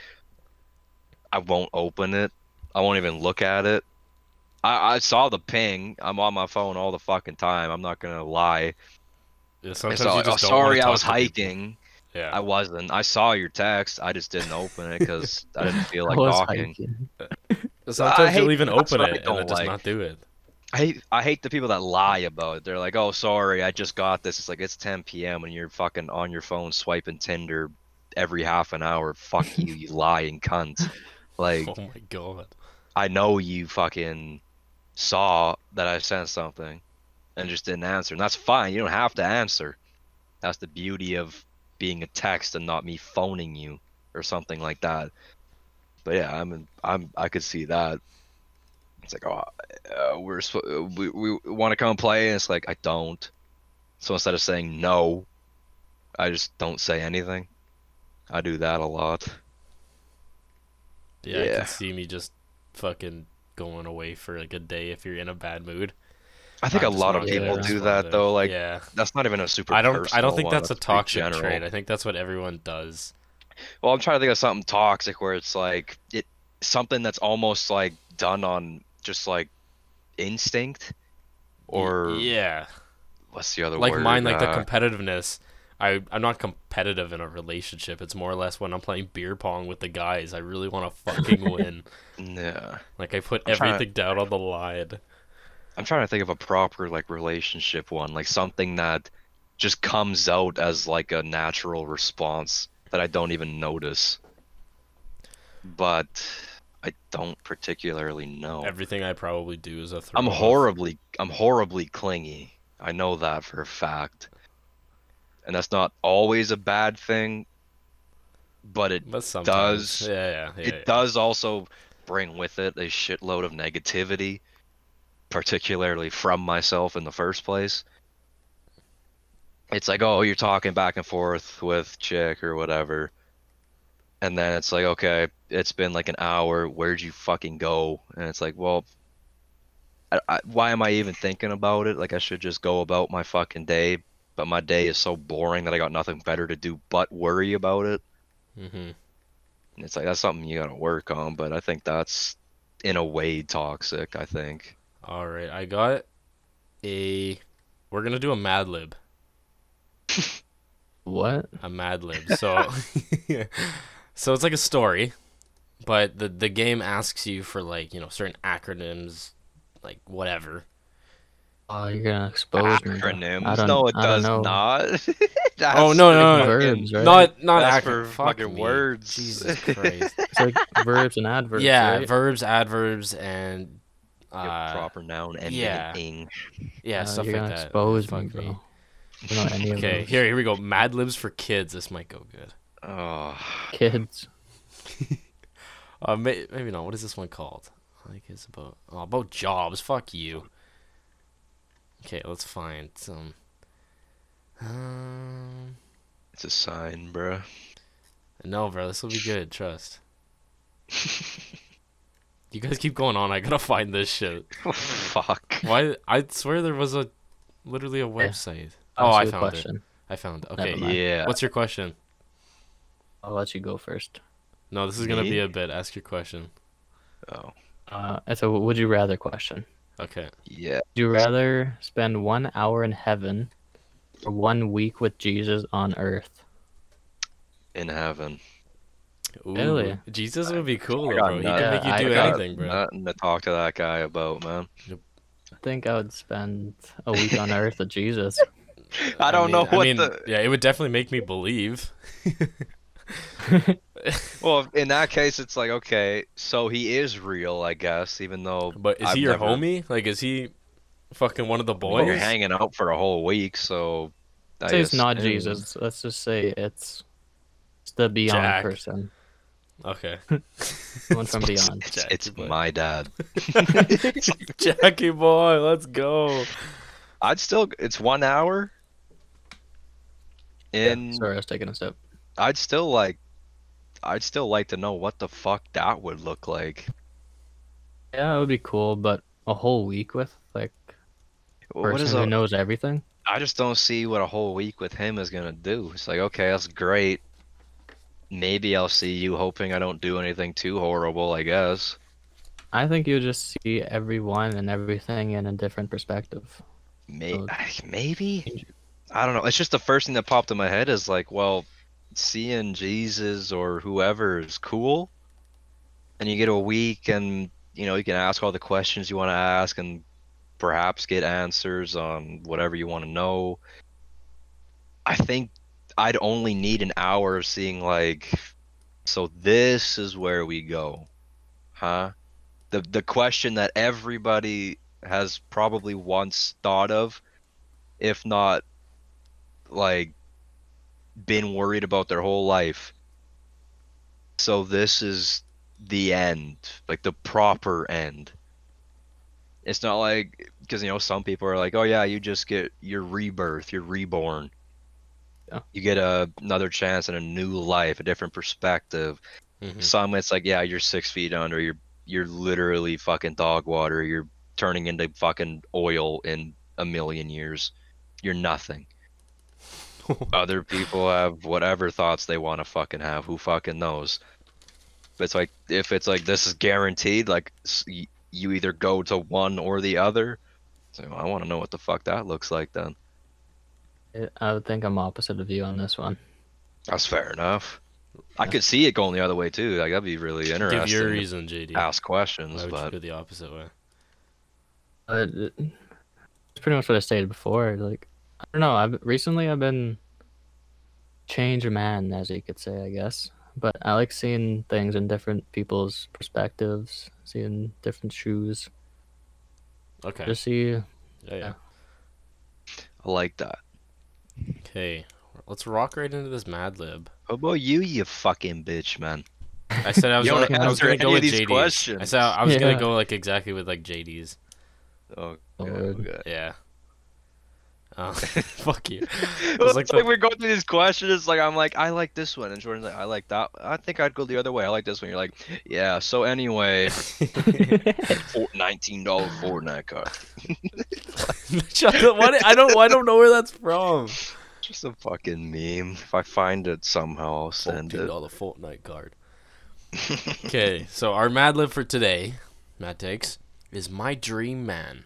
S2: I won't open it. I won't even look at it. I, I saw the ping. I'm on my phone all the fucking time. I'm not gonna lie.
S3: Yeah,
S2: It's
S3: sometimes
S2: all-
S3: you just
S2: oh,
S3: don't wanna
S2: sorry, I
S3: talk
S2: was
S3: to people.
S2: hiking.
S3: Yeah,
S2: I wasn't. I saw your text. I just didn't open it because I didn't
S3: [LAUGHS]
S2: feel
S1: [LAUGHS]
S2: like
S1: I was
S2: talking.
S1: hiking.
S3: sometimes
S2: [LAUGHS] I
S3: you'll
S2: hate-
S3: even
S2: that's
S3: open
S2: what I
S3: it and
S2: don't
S3: it does
S2: like.
S3: not do it.
S2: I hate, I hate the people that lie about it. They're like, "Oh, sorry, I just got this." It's like it's 10 p.m. and you're fucking on your phone swiping Tinder every half an hour. Fuck you, you lying cunt. [LAUGHS] Like
S3: Oh my god.
S2: I know you fucking saw that I sent something and just didn't answer, and that's fine. You don't have to answer. That's the beauty of being a text and not me phoning you or something like that. But yeah, I'm I'm I could see that. It's like oh, uh, we're sp- we we want to come play, and it's like I don't. So instead of saying no, I just don't say anything. I do that a lot.
S3: Yeah, I
S2: Yeah.
S3: can see me just fucking going away for like a day if you're in a bad mood.
S2: I think
S3: I'm
S2: a
S3: just
S2: lot
S3: not
S2: of
S3: there,
S2: people
S3: I'm
S2: do
S3: just
S2: that
S3: not there.
S2: though. Like
S3: yeah,
S2: that's not even a super.
S3: I don't. I don't
S2: personal
S3: think
S2: one,
S3: that's a
S2: pretty
S3: toxic
S2: general.
S3: trait. I think that's what everyone does.
S2: Well, I'm trying to think of something toxic where it's like it something that's almost like done on just like instinct,
S3: Y-
S2: or
S3: yeah,
S2: what's the other
S3: like
S2: word?
S3: mine like the
S2: Uh,
S3: competitiveness I, i'm not competitive in a relationship it's more or less when i'm playing beer pong with the guys i really want
S2: [LAUGHS]
S3: to fucking win
S2: yeah.
S3: like i put
S2: I'm trying-
S3: everything down on the line
S2: I'm trying to think of a proper like relationship one, like something that just comes out as like a natural response that I don't even notice. But I don't particularly know.
S3: everything i probably do is a throw
S2: Oh. I'm
S3: off.
S2: horribly I'm horribly clingy. I know that for a fact. And that's not always a bad thing, but it
S3: but sometimes
S2: does-
S3: yeah yeah, yeah,
S2: it does also bring with it a shitload of negativity, particularly from myself in the first place. it's like, oh, you're talking back and forth with chick or whatever. And then it's like, okay, it's been like an hour. Where'd you fucking go? And it's like, well, I, I, why am I even thinking about it? Like, I should just go about my fucking day. But my day is so boring that I got nothing better to do but worry about it.
S3: Mm-hmm.
S2: And it's like, that's something you gotta work on. But I think that's, in a way, toxic, I think.
S3: All right, I got a. We're gonna do a Mad Lib.
S1: What?
S3: a Mad Lib. So, [LAUGHS] so it's like a story, but the the game asks you for like you know certain acronyms, like whatever.
S1: Oh, you're gonna expose me. bro. I
S2: Acronyms?
S1: don't,
S2: No, it
S1: I don't
S2: does
S1: know.
S2: not. [LAUGHS] That's
S3: Oh, no, no, no.
S1: Verbs, right?
S3: Not not
S2: That's
S3: acro-
S2: for
S3: fuck
S2: fucking
S3: me.
S2: words. [LAUGHS]
S3: Jesus Christ.
S1: It's like verbs and adverbs.
S3: yeah,
S1: right?
S3: verbs, adverbs, and
S2: Your
S3: uh,
S2: proper noun and
S3: yeah.
S2: ing.
S3: yeah,
S1: Uh,
S3: stuff
S1: you're
S3: like
S1: gonna
S3: that.
S1: expose me,
S3: Fuck
S1: bro.
S3: me.
S1: You know any of
S3: Okay,
S1: those
S3: here here we go. Mad Libs for kids. This might go good.
S2: Oh,
S1: kids.
S3: Uh, may- maybe not. What is this one called? Like it's about oh, about jobs. Fuck you. Okay, let's find some. Um,
S2: it's a sign, bruh. [LAUGHS] Oh,
S3: no, bro, this will be good. Trust. you guys keep going on. I gotta find this shit.
S2: Fuck.
S3: Why? I swear there was a literally a website. [LAUGHS] Oh,
S1: Ask
S3: I
S1: you a
S3: found it.
S1: question.
S3: I found. It.
S1: Never
S3: Okay.
S1: mind.
S2: Yeah.
S3: What's your question?
S1: I'll let you go first.
S3: No, this is gonna be
S2: Me?
S3: a bit. Ask your question.
S2: Oh,
S1: Uh, it's a would you rather question.
S3: Okay.
S2: yeah.
S1: Would you rather spend one hour in heaven or one week with Jesus on earth?
S2: In heaven.
S3: Ooh,
S1: Really?
S3: Jesus would be cool,
S2: I
S3: though,
S2: got
S3: bro. He
S2: nothing.
S3: can make
S1: Yeah,
S3: you do
S1: I got
S3: anything, bro.
S2: Nothing to talk to that guy about, man.
S1: I think I would spend a week on earth with
S3: [LAUGHS]
S1: Jesus.
S2: I don't
S3: mean-
S2: know
S3: I
S2: what
S3: mean,
S2: the-
S3: Yeah, it would definitely make me believe.
S2: Well, in that case, it's like okay, so he is real, I guess. Even though,
S3: But is
S2: I've
S3: he your
S2: never-
S3: homie? Like, is he fucking one of the
S2: Well,
S3: boys?
S2: you're hanging out for a whole week, so. I eh,
S1: say it's not
S2: assume-
S1: Jesus. Let's just say it's, it's the beyond
S3: Jack. [LAUGHS]
S1: person.
S3: okay. [LAUGHS]
S1: Someone from beyond.
S2: It's,
S3: Jack,
S2: it's
S3: but-
S2: my dad. [LAUGHS]
S3: Jackie boy, let's go.
S2: I'd still. It's one hour. In
S1: Sorry, I was taking a sip.
S2: I'd still like I'd still like to know what the fuck that would look like.
S1: Yeah, it would be cool, but a whole week with like
S2: What
S1: person
S2: is
S1: who
S2: a-
S1: knows everything.
S2: I just don't see what a whole week with him is gonna do. It's like, okay, that's great. Maybe I'll see you hoping I don't do anything too horrible, I guess.
S1: I think you just see everyone and everything in a different perspective.
S2: May-
S1: Uh,
S2: [SIGHS] maybe I don't know. It's just the first thing that popped in my head is like, well, seeing Jesus or whoever is cool, and you get a week, and you know you can ask all the questions you want to ask, and perhaps get answers on whatever you want to know. I think I'd only need an hour of seeing like, so this is where we go, huh? The the question that everybody has probably once thought of, if not like been worried about their whole life. So this is the end, like the proper end. It's not like because you know some people are like, oh yeah, you just get your rebirth, you're reborn.
S1: Yeah.
S2: You get a, another chance and a new life, a different perspective.
S3: Mhm.
S2: Some it's like, yeah, you're six feet under. You're you're literally fucking dog water. You're turning into fucking oil in a million years. You're
S3: [LAUGHS]
S2: nothing. Other people have whatever thoughts they want to fucking have. Who fucking knows? But it's like if it's like this is guaranteed, like s- y- you either go to one or the other. So I want to know what the fuck that looks like then.
S1: It, I would think I'm opposite of you on this one.
S2: That's fair enough. I
S1: Yeah.
S2: could see it going the other way too. Like that'd be really interesting.
S3: Give your
S2: to
S3: reason, JD.
S2: ask
S3: Why
S2: questions,
S3: would you
S2: but
S3: go the opposite way?
S1: But it- it's pretty much what I stated before. Like I don't know. I've recently I've been change a man, as you could say, I guess. But I like seeing things in different people's perspectives, seeing different shoes.
S3: Okay.
S1: Just see
S3: yeah, yeah.
S2: I like that.
S3: Okay. Let's rock right into this Mad Lib.
S2: How about you, you fucking bitch, man?
S3: I
S2: [LAUGHS]
S3: said I was
S2: You
S3: gonna,
S2: don't
S3: I was
S2: answer
S3: gonna go
S2: any
S3: with
S2: of these
S3: JD's. I
S2: questions.
S3: said I was gonna
S1: Yeah.
S3: go like exactly with like JD's.
S2: [LAUGHS] Oh,
S1: [LAUGHS] Lord.
S2: okay.
S3: Yeah. Uh, [LAUGHS] fuck you.
S2: It's
S3: was like
S2: like,
S3: the-
S2: we're going through these questions. It's like I'm like I like this one, and Jordan's like I like that. I think I'd go the other way. I like this one. You're like, yeah. So anyway, four, nineteen dollar Fortnite card. [LAUGHS]
S3: Shut up. What? I don't. I don't know where that's from.
S2: Just a fucking meme. If I find it somehow, I'll send
S3: Fourteen
S2: it.
S3: dollar Fortnite card. Okay, so our Mad Lib for today, Matt takes, is my dream man.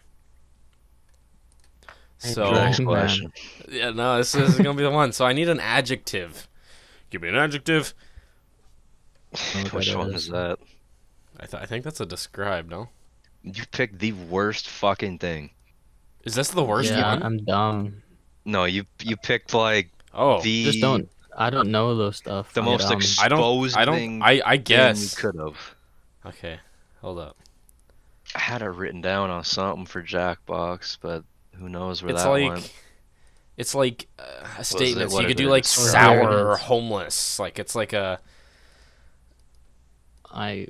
S2: [LAUGHS]
S3: So
S1: dream
S2: Next
S1: man.
S2: question.
S3: yeah, no, this is gonna be the one. So I need an adjective. Give me an adjective.
S1: know what
S2: Which
S1: that
S2: one
S1: is.
S2: is that?
S3: I, th- I think that's a describe. No,
S2: You picked the worst fucking thing.
S3: is this the
S1: [LAUGHS]
S3: worst
S1: yeah,
S3: one?
S1: I'm dumb.
S2: No, you you picked like
S3: oh,
S2: the
S1: Just don't. I don't know those stuff.
S2: the
S1: I'm
S2: most
S1: dumb.
S2: exposed
S3: I don't. I
S2: thing-
S3: don't. I I
S2: thing
S3: guess.
S2: you could have.
S3: Okay, hold up.
S2: I had it written down on something for Jackbox, but who knows where
S3: It's
S2: that
S3: like.
S2: went.
S3: It's like uh, a
S2: it?
S3: statement. So
S2: What
S3: you
S2: is
S3: could
S2: it?
S3: do like
S1: Or
S3: sour or
S1: arrogance.
S3: homeless. Like it's like a
S1: I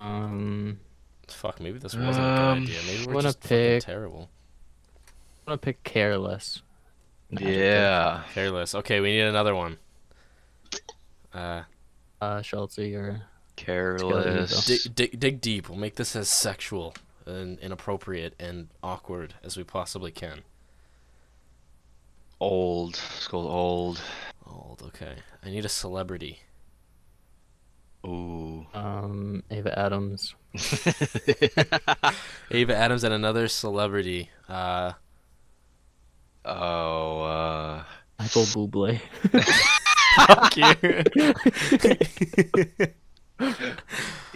S1: um.
S3: fuck. Maybe this wasn't a
S2: Um,
S3: good idea. Maybe we're
S1: wanna
S3: just fucking
S1: pick-
S3: terrible.
S1: I'm gonna pick careless.
S2: Yeah.
S3: Careless. Okay, we need another one. Uh,
S1: Uh, Schultze or
S2: Careless.
S1: It's
S3: dig, dig, dig deep. We'll make this as sexual and inappropriate and awkward as we possibly can.
S2: old. It's called old.
S3: Old. Okay. I need a celebrity.
S2: Ooh. [LAUGHS]
S1: um Ava Adams.
S3: Ava Adams and another celebrity. Uh,
S2: Oh, uh.
S1: Michael Bublé.
S3: fuck you.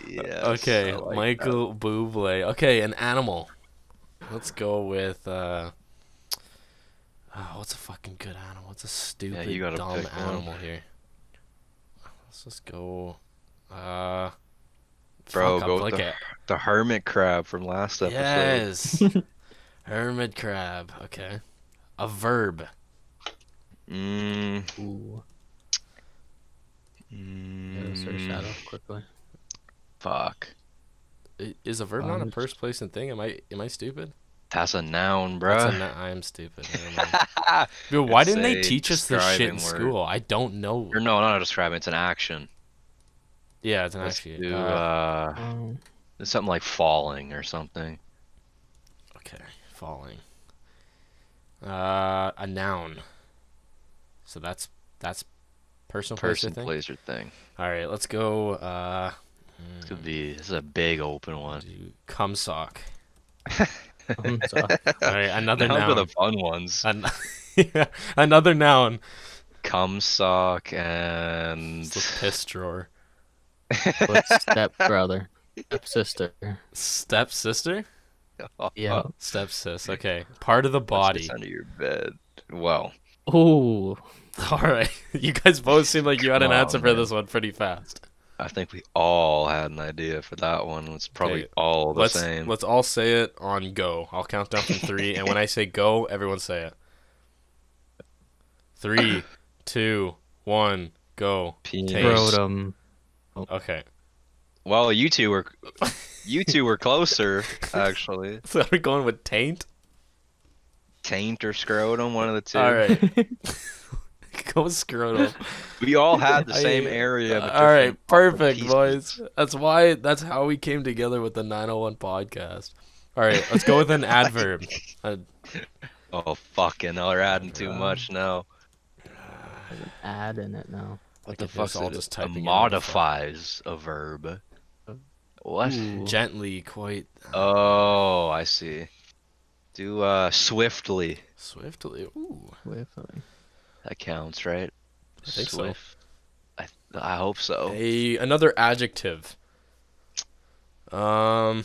S2: Yes,
S3: okay,
S2: I like
S3: Michael Bublé. Okay, an animal. Let's go with. Uh, oh, what's a fucking good animal? What's a stupid
S2: gotta
S3: dumb
S2: pick one.
S3: animal here? Let's just go. Uh,
S2: Bro,
S3: fuck, I'm
S2: go with
S3: like
S2: the-
S3: a-
S2: that. The hermit crab from last episode. [LAUGHS]
S3: yes, hermit crab. Okay, a verb.
S2: Mm,
S1: Ooh.
S2: mm,
S1: Gotta search that up quickly.
S2: Fuck.
S3: I- Is a verb not a
S1: Verbs.
S3: first place and thing? Am I am I stupid?
S2: That's a noun,
S3: That's a
S2: bruh.
S3: no- I'm stupid. I don't know.
S2: [LAUGHS]
S3: Dude, why
S2: It's
S3: didn't they
S2: a
S3: teach us this shit in
S2: describing word.
S3: school? I don't know.
S2: or no, not a describe. It's an action.
S3: Yeah, it's an
S2: Let's
S3: actually.
S2: do,
S3: uh,
S2: uh,
S1: Um,
S2: something like falling or something.
S3: Okay, falling. Uh, a noun. So that's that's personal place, I
S2: Person,
S3: think.
S2: place, or thing.
S3: All right, let's go. Uh,
S2: This could be. This is a big open one.
S3: do cum sock.
S2: [LAUGHS]
S1: um, so-
S3: All right, another
S2: Now for
S3: noun.
S2: the fun ones.
S3: [LAUGHS] An- yeah,
S2: [LAUGHS]
S3: another noun.
S2: Cum sock and [LAUGHS]
S3: It's the piss drawer.
S1: what's stepbrother? Stepsister.
S3: Step sister.
S1: Yeah.
S3: Step sis. Okay, part of the body.
S2: Oh, under your bed. Well,
S1: Ooh.
S3: [LAUGHS] All right, you guys both seem like you had an
S2: Come on,
S3: answer for
S2: man.
S3: this one pretty fast.
S2: I think we all had an idea for that one. It's probably
S3: Okay,
S2: all the
S3: let's
S2: same.
S3: let's all say it on go. I'll count down from three, and when I say go, everyone say it. Three, two, one, go.
S2: Penis.
S3: take- Gross.
S1: Rotom.
S3: Okay,
S2: Well, you two were, you two were closer actually.
S3: [LAUGHS] so are we going with taint?
S2: Taint or scrotum, one of the two.
S3: All right, [LAUGHS] go with [LAUGHS] scrotum.
S2: We all
S3: [LAUGHS]
S2: had the
S3: I-
S2: same area. But
S3: all right,
S2: different
S3: perfect,
S2: pieces.
S3: boys. That's why. That's how we came together with the 901 podcast. All right, let's go with [LAUGHS] an adverb. A
S2: Oh fucking! They're adding too much now.
S1: Ad in it now.
S2: What
S3: I
S2: the
S3: think we're
S2: fuck's
S3: all
S2: all
S3: just
S2: just
S3: typing in what the fuck.
S2: modifies a verb? What?
S1: Ooh.
S3: gently, quite
S2: Oh, I see. Do uh swiftly.
S3: swiftly. Ooh,
S1: Swiftly.
S2: That counts, right?
S3: I think so.
S2: I I hope so.
S1: Oh.
S3: a another adjective. Um,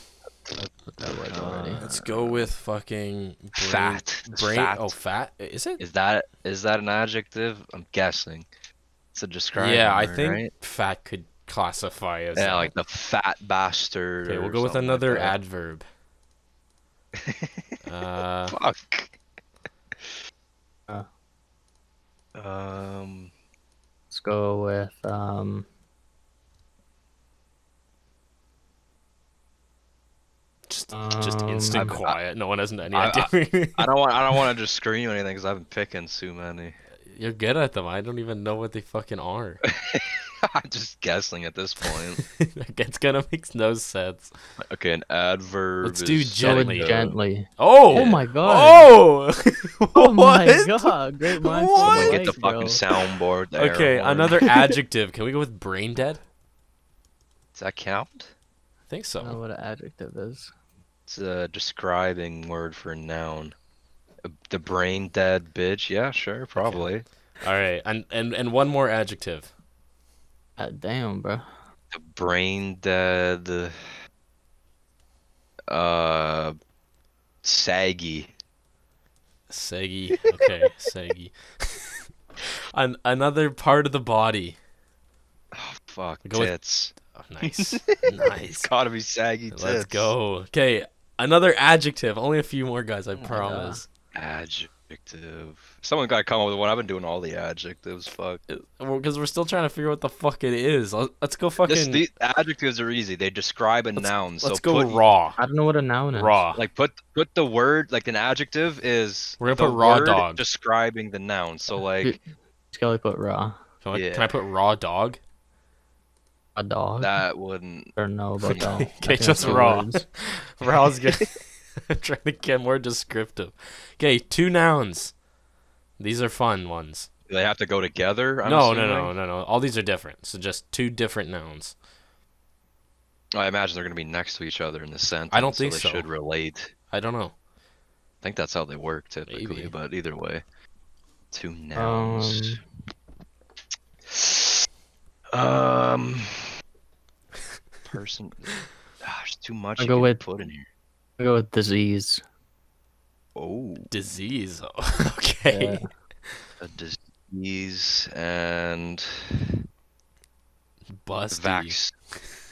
S1: Put that word
S2: Uh,
S1: already.
S3: let's go with fucking brain,
S2: fat. It's
S3: Brain.
S2: fat.
S3: Oh, fat. Is it?
S2: Is that is that an adjective? I'm guessing. It's a description.
S3: yeah, I think
S2: Right?
S3: fat could classify as.
S2: Yeah,
S3: that.
S2: like the fat bastard.
S3: okay, we'll
S2: or
S3: go with
S2: something like
S3: another
S2: that. [LAUGHS]
S3: adverb. uh,
S2: Fuck.
S1: Uh.
S2: Um.
S1: Let's go with um
S3: Just just
S1: Um,
S2: I've-
S3: instant
S2: I-
S3: quiet. no one has any
S2: I-
S3: idea.
S2: I don't want. I don't want to just scream or anything because I've been picking too many.
S3: [LAUGHS] You're good at them. I don't even know what they fucking are. [LAUGHS]
S2: [LAUGHS] I'm just guessing at this point.
S3: That's gonna make no sense.
S2: Okay, an adverb.
S3: Let's
S2: is
S3: do
S1: Do it
S2: something
S3: Gently.
S2: to-
S1: gently.
S3: Oh,
S1: Oh my god.
S3: Oh, [LAUGHS]
S1: Oh my
S3: What?
S1: god. Great minds
S3: What?
S2: Someone
S1: think
S2: get the
S1: alike, bro.
S2: fucking soundboard there.
S3: Okay,
S2: Warren.
S3: another adjective. Can we go with brain dead?
S2: Does that count?
S3: I think
S1: I don't know
S3: so.
S1: what an adjective is.
S2: It's a describing word for a noun. Uh, The brain dead bitch. Yeah, sure, probably.
S3: All right, and and and one more adjective.
S1: God damn, bro.
S2: The brain dead. Uh, saggy.
S3: Saggy. Okay, saggy. An- another part of the body.
S2: Oh, fuck
S3: Go with-
S2: tits.
S3: Oh, nice,
S2: It's
S3: nice.
S2: gotta be saggy tits.
S3: Let's go. Okay, another adjective. Only a few more guys, I promise.
S2: Adjective. Someone gotta come up with one. I've been doing all the adjectives. Fuck.
S3: Because we're still trying to figure out what the fuck it is. Let- Let's go fucking.
S2: This, the adjectives are easy. They describe a noun.
S3: let's
S2: so
S3: go
S2: put,
S3: raw.
S1: I don't know what a noun is.
S3: Raw.
S2: Like put put the word like an adjective is
S3: We're
S2: the
S3: gonna put raw
S2: word
S3: dog.
S2: describing the noun. So like
S3: [LAUGHS]
S1: Dude. Skelly put raw.
S3: Can I,
S2: yeah.
S3: can I put raw dog? [LAUGHS]
S1: A dog.
S2: that wouldn't.
S1: Or no,
S2: Okay,
S3: [LAUGHS]
S1: but dog. I think
S3: okay,
S1: that's
S3: just
S1: two
S3: raw.
S1: words.
S3: Raw's
S2: [LAUGHS]
S3: good. I'm trying to get more descriptive. Okay, two nouns. These are fun ones.
S2: Do they have to go together? I'm
S3: no, no,
S2: assuming?
S3: no, no, no. All these are different. So just two different nouns.
S2: I imagine they're gonna be next to each other in the sentence.
S3: I don't think
S2: they
S3: so.
S2: Should relate.
S3: I don't know.
S2: I think that's how they work typically.
S3: Maybe.
S2: But either way, two
S1: Um,
S2: nouns.
S3: [LAUGHS]
S2: Um. person. Ah, there's too much.
S1: I'll
S2: you
S1: go
S2: can
S1: with-
S2: put in here.
S1: I'll go with disease.
S2: Oh,
S3: Disease. oh, okay.
S2: a disease and
S3: Busty.
S2: vax.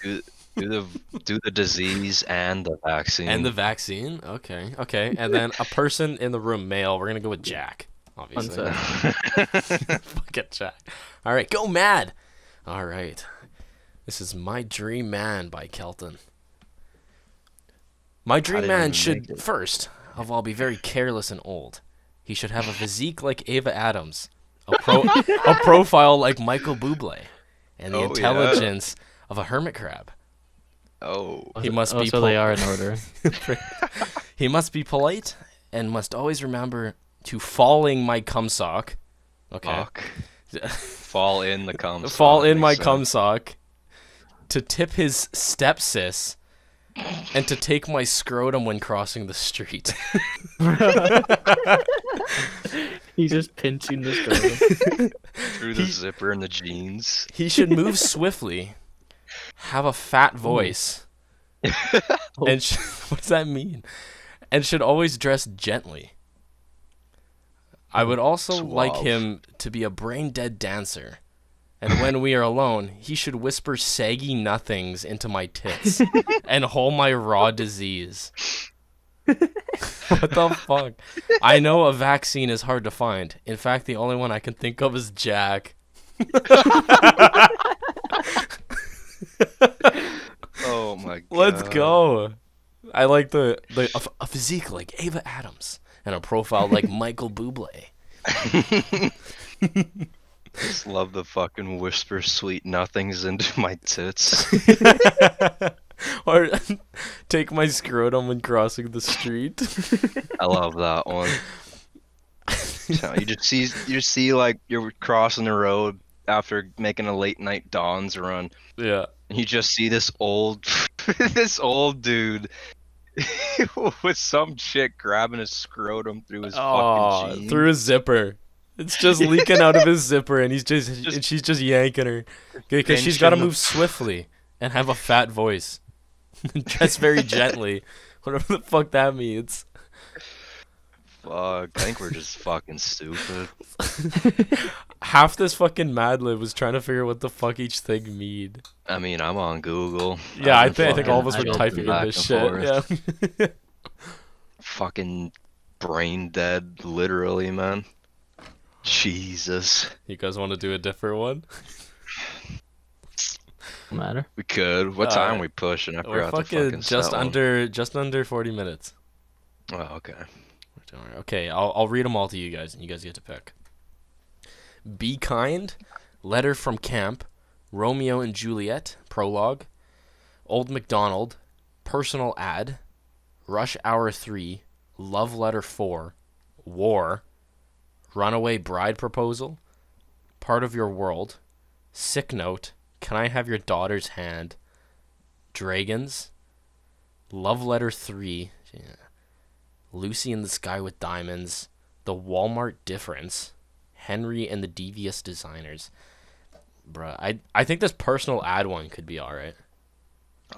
S2: Do, do the do the disease and the vaccine.
S3: And the vaccine. Okay. Okay. And then a person in the room, male. We're gonna go with Jack. Obviously.
S1: sec.
S3: Fucking Jack. All right, go mad. All right. This is My Dream Man by Kelton. My dream
S2: didn't
S3: man
S2: even
S3: should,
S2: make it.
S3: first of all, be very careless and old. He should have a physique like Ava Adams, a, pro- a profile like Michael Bublé, and the
S2: Oh, yeah.
S3: intelligence of a hermit crab.
S2: [LAUGHS] oh,
S3: He must
S1: oh,
S3: be
S1: so they
S3: pol-
S1: are in order.
S3: He must be polite and must always remember to falling my cum sock. Okay. [LAUGHS]
S2: fuck. Fall in the cum.
S3: fall
S2: sock,
S3: in my
S2: makes
S3: cum sock, to tip his stepsis, and to take my scrotum when crossing the street.
S1: He's just pinching this [LAUGHS] girl.
S2: sense. [LAUGHS] Through the
S3: he-
S2: zipper in the jeans.
S3: he should move swiftly, have a fat voice, and sh- [LAUGHS] what does that mean? And should always dress gently. I would also like
S2: Suave.
S3: him to be a brain dead dancer. And when we are alone, he should whisper saggy nothings into my tits and hold my raw disease. what the fuck? I know a vaccine is hard to find. In fact, the only one I can think of is Jack.
S2: Oh my god.
S3: [LAUGHS] Let's go. I like the the Uh, a, a physique like Ava Adams and a profile [LAUGHS] like Michael Bublé.
S2: Just love the fucking whisper sweet nothings into [LAUGHS] my tits.
S3: [LAUGHS] Or [LAUGHS] take my scrotum when crossing the street. [LAUGHS]
S2: I love that one. So you just see you just see like you're crossing the road after making a late night dawns run.
S3: yeah.
S2: And you just see this old [LAUGHS] this old dude [LAUGHS] with some chick grabbing his scrotum through his
S3: Oh,
S2: fucking jeans.
S3: through a zipper. It's just leaking out of his zipper, and he's just,
S2: Just-
S3: and she's just yanking her because she's got to
S2: Pinching the-
S3: move swiftly and have a fat voice, [LAUGHS]
S2: [LAUGHS]
S3: dress very gently, whatever the fuck that means.
S2: Fuck, I think we're just fucking stupid.
S3: [LAUGHS] Half this fucking Mad Lib was trying to figure out what the fuck each thing mean.
S2: I mean, I'm on Google.
S3: Yeah, I
S2: I've been
S3: think I think all of us
S2: fucking
S3: were
S1: I go
S3: typing in
S2: back and
S3: this shit.
S2: forth.
S3: Yeah.
S2: [LAUGHS] Fucking brain dead, literally, man. Jesus.
S3: You guys want to do a different one?
S1: Doesn't matter.
S2: We could. What
S3: Uh,
S2: time we pushing? I
S3: We're
S2: forgot
S3: fucking,
S2: the fucking
S3: just
S2: set one.
S3: under just under 40 minutes.
S2: Oh, okay.
S3: We're doing all right. Okay, I'll I'll read them all to you guys, and you guys get to pick. Be kind. Letter from camp. Romeo and Juliet prologue. Old MacDonald. Personal ad. Rush Hour three. Love letter four. War. Runaway bride proposal. Part of your world. Sick note. Can I have your daughter's hand? Dragons. Love letter three. Yeah. Lucy in the Sky with Diamonds, The Walmart Difference, Henry and the Devious Designers. Bruh, I I think this personal ad one could be alright.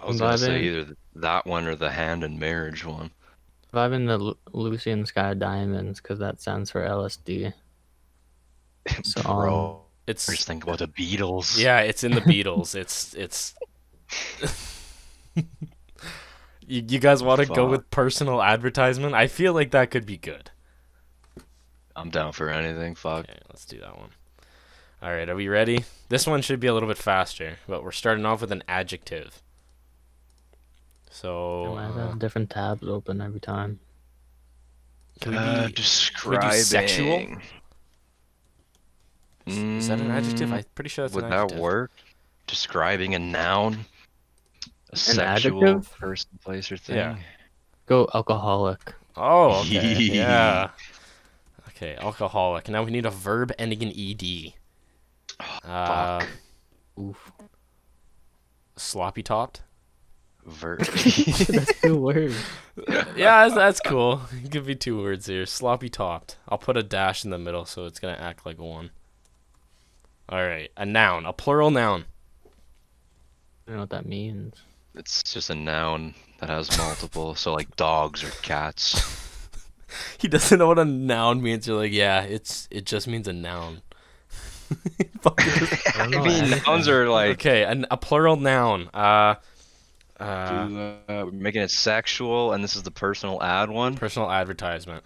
S2: I was
S1: I'm
S2: gonna
S1: not
S2: say
S1: in.
S2: either th- that one or the hand in marriage one.
S1: If I'm in the Lu- Lucy in the Sky Diamonds, because that stands for
S3: [LAUGHS]
S1: LSD. So, um,
S2: Bro, I
S3: It's
S2: just think about the Beatles.
S3: yeah, it's in the Beatles. It's it's [LAUGHS] you, you guys want to go
S2: Fuck.
S3: with personal advertisement? I feel like that could be good.
S2: I'm down for anything. Fuck.
S3: Okay, let's do that one. All right, are we ready? This one should be a little bit faster, but we're starting off with an adjective. So
S1: I
S3: uh,
S1: have different tabs open every time.
S3: can we
S2: Uh,
S3: be-
S2: describing.
S3: sexual? Is that an adjective?
S2: Mm,
S3: I'm pretty sure that's
S2: Would
S3: an
S2: that
S3: adjective.
S2: work? Describing a noun. A sexual
S1: adjective?
S2: person, place, or thing.
S3: Yeah.
S1: Go alcoholic.
S2: [LAUGHS]
S3: Oh, okay. yeah. Okay, alcoholic. Now we need a verb ending in ed. Uh,
S2: Oh, Fuck.
S1: Oof. [LAUGHS]
S2: [LAUGHS]
S3: sloppy topped. [LAUGHS]
S2: Verb.
S1: That's two words.
S3: Yeah, that's, that's cool. [LAUGHS] Give me two words here. Sloppy topped. I'll put a dash in the middle so it's gonna act like one. All right, a noun, a plural noun. [LAUGHS]
S1: I don't know what that means.
S2: it's just a noun that has multiple. so like dogs or cats.
S3: He doesn't know what a noun means. You're like, yeah, it's it just means a noun. [LAUGHS] Fucking just-
S1: I
S2: I
S3: [LAUGHS]
S1: don't know.
S2: mean,
S1: anything.
S2: nouns are [LAUGHS] like.
S3: Oh, okay, an, a plural noun. Uh, uh,
S2: Uh, we're making it sexual, and this is the personal ad one.
S3: personal advertisement.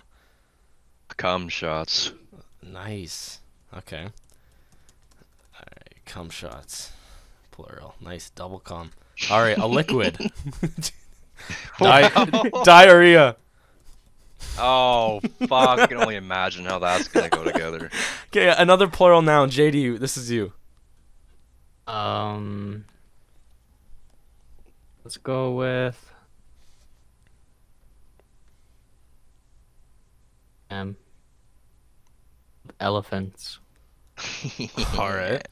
S2: Cum shots.
S3: Nice. Okay. Alright, cum shots. Plural. Nice double cum. Alright, a liquid. Di- [LAUGHS] diarrhea.
S2: Oh fuck! I can
S3: [LAUGHS]
S2: only imagine how that's gonna go together.
S3: Okay, another plural noun. JD, this is you.
S1: Um, let's go with um elephants.
S3: Alright.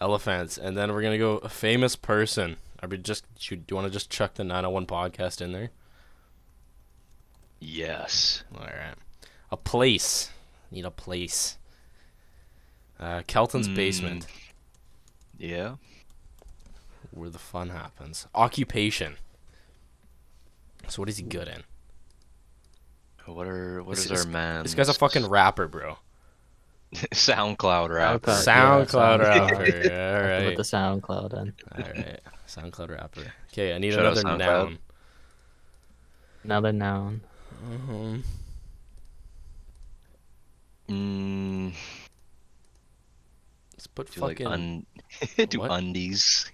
S3: Elephants. And then we're gonna go a famous person. Are we just should, do you wanna just chuck the nine oh one podcast in there?
S2: Yes.
S3: Alright. A place. Need a place. Uh, Kelton's
S2: Mm.
S3: basement,
S2: Yeah.
S3: where the fun happens. Occupation. So what is he good in?
S2: What are what
S3: This
S2: is
S3: is-
S2: our man?
S3: This guy's a fucking rapper, bro.
S2: [LAUGHS] SoundCloud rap.
S1: SoundCloud. Uh, yeah, SoundCloud.
S2: [LAUGHS]
S3: SoundCloud rapper. Yeah, all
S1: With
S3: right.
S1: the SoundCloud and
S3: All right. SoundCloud rapper. Okay, I need
S2: Shout out
S3: another
S2: SoundCloud.
S3: noun.
S1: another noun.
S3: Um,
S2: Mm,
S3: let's put
S2: do
S3: fucking.
S2: like un, [LAUGHS] do
S3: What?
S2: undies.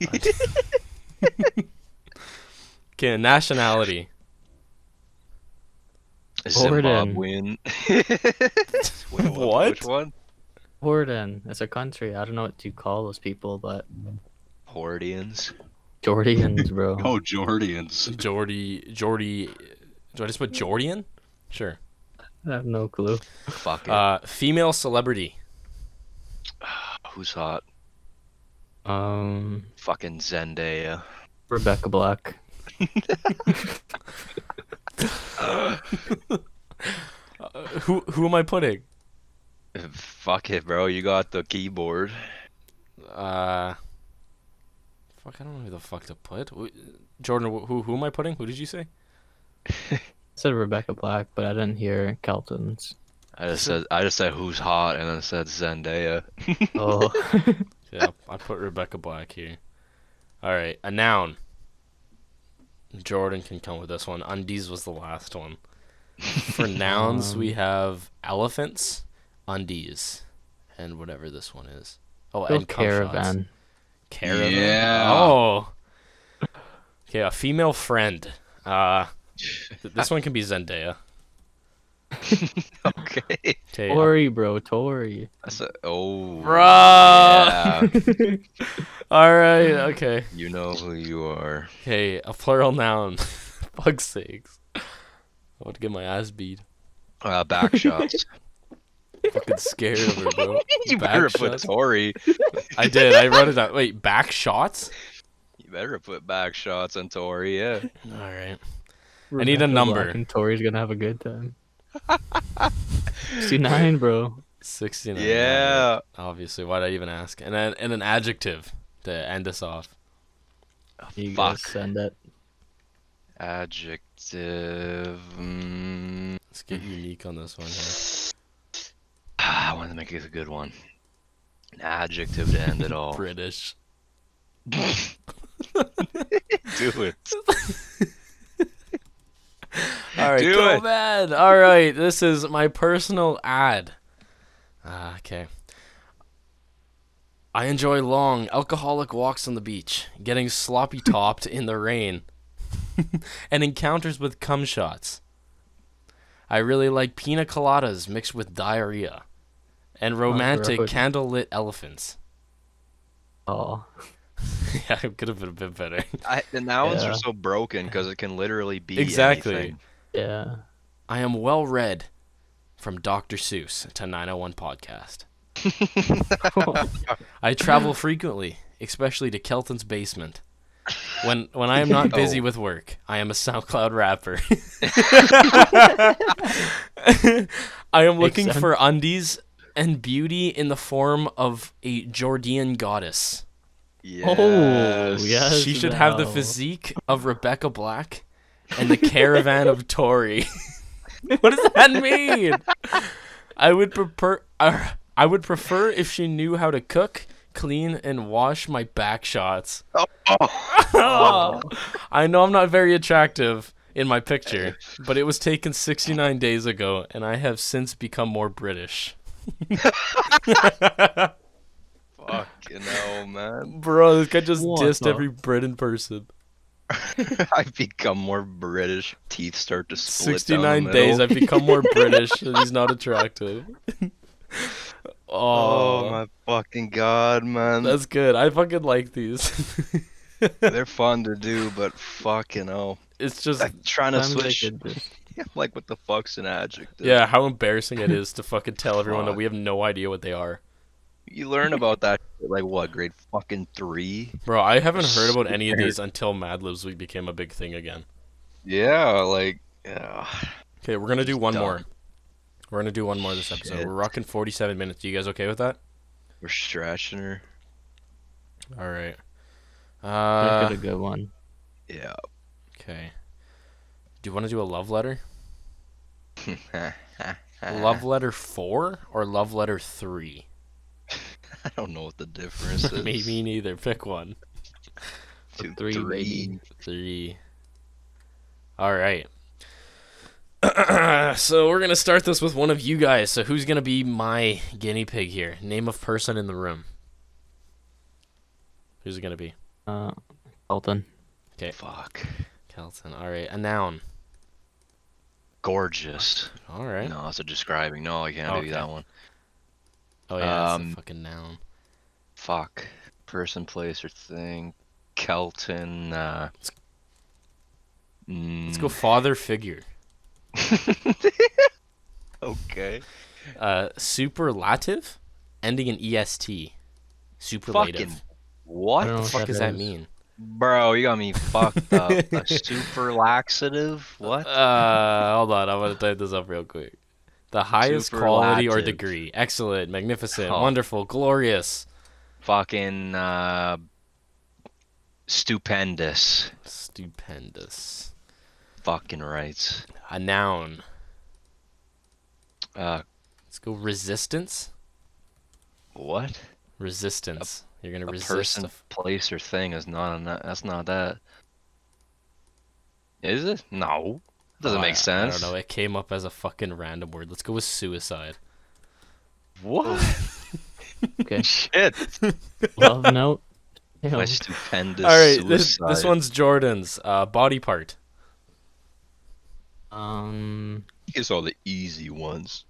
S3: okay, nationality.
S1: Jordan.
S2: [LAUGHS] Zimbabwean. [LAUGHS] Wait,
S3: What?
S2: Which one?
S1: Jordan. It's a country. I don't know what you call those people, but
S2: Hordians.
S3: [LAUGHS]
S1: Jordians, bro.
S3: Oh.
S2: Jordians.
S3: Jordy. Jordy. Do I just put Jordian? Sure.
S1: I have no clue.
S2: Fuck it.
S3: Uh, female celebrity.
S2: Who's hot?
S1: Um,
S2: Fucking Zendaya.
S1: Rebecca Black.
S3: Uh, who who am I putting?
S2: Fuck it, bro. You got the keyboard.
S3: Uh. Fuck, I don't know who the fuck to put. Wh- Jordan, wh- who who am I putting? Who did you say?
S1: I said Rebecca Black, but I didn't hear
S3: [LAUGHS]
S1: Kelton's.
S2: I just said I just said who's hot, and then I said Zendaya. [LAUGHS]
S1: Oh,
S3: Yeah, I put Rebecca Black here. All right, a noun. Jordan can come with this one. Undies was the last one. For nouns, we have elephants, undies, and whatever this one is. Oh,
S1: go
S3: and cup shots.
S1: caravan.
S3: care of
S2: Yeah.
S3: them. Oh. Okay, a female friend. Uh, th- this one can be Zendaya.
S2: Okay.
S3: Okay. uh,
S1: Tori, bro,
S3: [LAUGHS]
S1: Tori.
S2: That's a, oh.
S3: Bro.
S2: Yeah,
S3: All right. Okay.
S2: you know who you are.
S3: Okay. A plural noun. [LAUGHS] Fuck's sakes. I want to get my ass beat.
S2: Uh, back shots.
S3: Fucking scared of her, bro.
S2: [LAUGHS] you
S3: Back
S2: better put
S3: shots?
S2: Tori.
S3: I did. I wrote it down. Wait, back shots?
S2: You better put back shots on Tori. Yeah.
S3: All right. need a
S1: Rebecca
S3: number.
S1: Black And Tori's gonna have a good
S2: [LAUGHS]
S1: time. C9, bro.
S3: 69.
S2: Yeah.
S3: Obviously. Why'd I even ask? And then, and an adjective to end us off.
S1: You guys
S2: Fuck.
S1: send it.
S2: Adjective. Mm,
S3: Let's get unique on this one. Here.
S2: ah, I wanted to make it a good one. An adjective to end it all.
S3: British.
S2: Do it.
S3: All right.
S2: Do
S3: cool,
S2: it.
S3: man. All right. This is my personal ad. Ah, okay. I enjoy long, alcoholic walks on the beach, getting sloppy topped in the rain, [LAUGHS] and encounters with cum shots. I really like pina coladas mixed with diarrhea, and romantic
S1: gross.
S3: candlelit elephants. [LAUGHS]
S1: Oh,
S3: yeah, it could have been a bit better.
S2: I, the nouns
S1: Yeah.
S2: are so broken because it can literally be
S3: Exactly.
S2: anything.
S1: [LAUGHS]
S2: [LAUGHS]
S1: yeah.
S3: I am well read from Dr. Seuss to 901 Podcast. I travel frequently, especially to Kelton's basement. When when I am not busy
S2: Oh.
S3: with work, I am a SoundCloud rapper. [LAUGHS] I am looking
S1: sense.
S3: for undies and beauty in the form of a Jordan goddess.
S1: Oh,
S2: Yes.
S1: yes.
S3: She should have the
S1: now.
S3: physique of Rebecca Black and the caravan of Tory. [LAUGHS] what does that mean? I would prefer. Uh, I would prefer if she knew how to cook, clean, and wash my back shots.
S2: Oh,
S3: I know I'm not very attractive in my picture, but it was taken 69 days ago, and I have since become more British.
S2: Fucking hell, man. [LAUGHS]
S3: Bro, this guy just
S1: What
S3: dissed
S1: the-
S3: every Britain person.
S2: I become more British. Teeth start to split. down
S3: 69
S2: the
S3: days
S2: middle.
S3: I've become [LAUGHS] more British and he's not [LAUGHS] attractive. oh,
S2: Oh my fucking god, man.
S3: that's good. I fucking like these. [LAUGHS]
S2: They're fun to do, but fucking hell.
S3: it's just
S2: I'm trying to
S1: Sometimes they
S2: switch.
S1: could just-
S2: [LAUGHS] I'm like, what the fuck's an adjective?
S3: yeah, how embarrassing it [LAUGHS] is to fucking tell everyone that we have no idea what they are.
S2: You learn about that shit, like what grade fucking three?
S3: Bro, I haven't heard about any of these until Mad Libs Week became a big thing again.
S2: Yeah, like yeah.
S3: Okay, we're gonna do one
S2: Dumb.
S3: more. We're gonna do one more this episode.
S2: Shit.
S3: We're rocking 47 minutes. You guys okay with that?
S2: we're stretching her.
S3: All right.
S1: Make
S3: Uh,
S1: it a good one.
S2: Yeah.
S3: okay. Do you want to do a love letter? Love letter four or love letter three?
S2: I don't know what the
S3: [LAUGHS]
S2: difference is.
S3: Me, me neither. Pick one.
S2: Uh, Two,
S1: Three, baby.
S3: Three. All right. [CLEARS THROAT] so we're gonna start this with one of you guys. So who's gonna be my guinea pig here? Name of person in the room. Who's it gonna be?
S1: Uh, Elton.
S2: Fuck.
S3: Kelton. All right. A noun.
S2: Gorgeous.
S3: All right.
S2: No, that's a describing. No, I can't
S3: Okay.
S2: do that one.
S3: Oh yeah, that's
S2: Um,
S3: a fucking noun.
S2: Fuck. Person, place, or thing. Kelton. Uh,
S3: Let's go father figure.
S2: mm. [LAUGHS] Okay.
S3: Uh, superlative, ending in est. Superlative.
S1: I don't
S2: Fucking what,
S1: know
S3: What the fuck
S1: what
S3: does
S1: that
S3: that
S1: is.
S3: mean?
S2: bro? You got me fucked up.
S3: [LAUGHS]
S2: a super laxative. What?
S3: Uh, hold on. I'm gonna type this up real quick. The highest quality or
S2: Superlative.
S3: degree. Excellent, magnificent,
S2: Oh.
S3: wonderful, glorious,
S2: Fucking uh, stupendous.
S3: stupendous.
S2: Fucking rights.
S3: A noun.
S2: Uh,
S3: Let's go resistance.
S2: what?
S3: Resistance. You're gonna
S2: A
S3: resist.
S2: person,
S3: a f-
S2: place, or thing is not a. That's not that. Is it? No. Doesn't
S3: Oh, I-
S2: make sense.
S3: I don't know. It came up as a fucking random word. Let's go with suicide.
S2: What?
S3: [LAUGHS]
S1: Okay.
S2: [LAUGHS] Shit.
S1: Love note.
S2: My
S1: Ew.
S2: stupendous
S3: All right,
S2: suicide.
S3: this this one's Jordan's uh, body part.
S1: Um,
S2: He gets all the easy ones.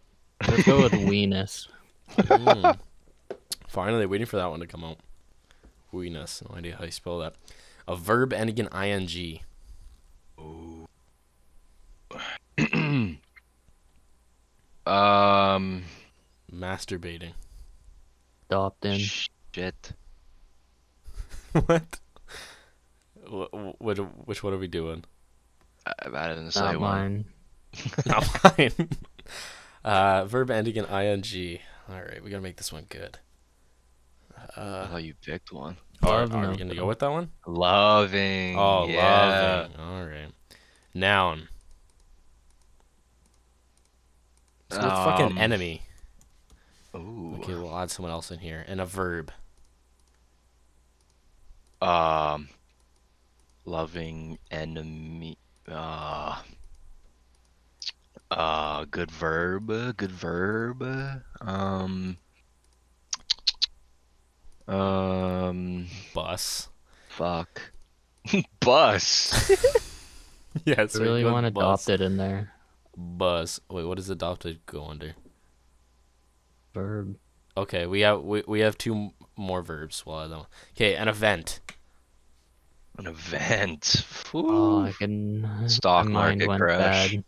S1: let's go with weenus.
S3: Mm. Finally, waiting for that one to come out. Weenus. No idea how you spell that. A verb ending in ing.
S2: um,
S3: Masturbating.
S1: Adopt in.
S2: shit.
S3: what? What, what? Which one are we [LAUGHS] doing?
S2: I, I didn't say
S1: Not
S2: one.
S1: mine.
S3: Not mine. uh, verb ending in ing. All right, we gotta make this one good.
S2: I
S3: Uh,
S2: thought you picked one.
S3: are,
S1: Love,
S3: are
S1: no.
S3: we gonna go with that one?
S2: Loving.
S3: Oh,
S2: yeah.
S3: loving. All right. Noun. So it's fucking
S2: Um,
S3: enemy.
S2: Ooh.
S3: Okay, we'll add someone else in here. And a verb.
S2: Um, loving enemy. Uh, uh, good verb. uh, Good verb. uh, Um, um,
S3: [LAUGHS] Bus.
S2: fuck. [LAUGHS]
S3: [LAUGHS]
S2: Bus.
S3: Yes.
S1: I really want
S3: bus.
S1: adopted in there.
S3: Bus. Wait, what does adopted go under?
S1: Verb.
S3: Okay, we have we, we have two m- more verbs. Well, I don't. Okay, an event.
S2: An event.
S1: Oh,
S2: Whew.
S1: I can.
S2: Stock
S1: my mind
S2: market
S1: went
S2: crash.
S1: bad.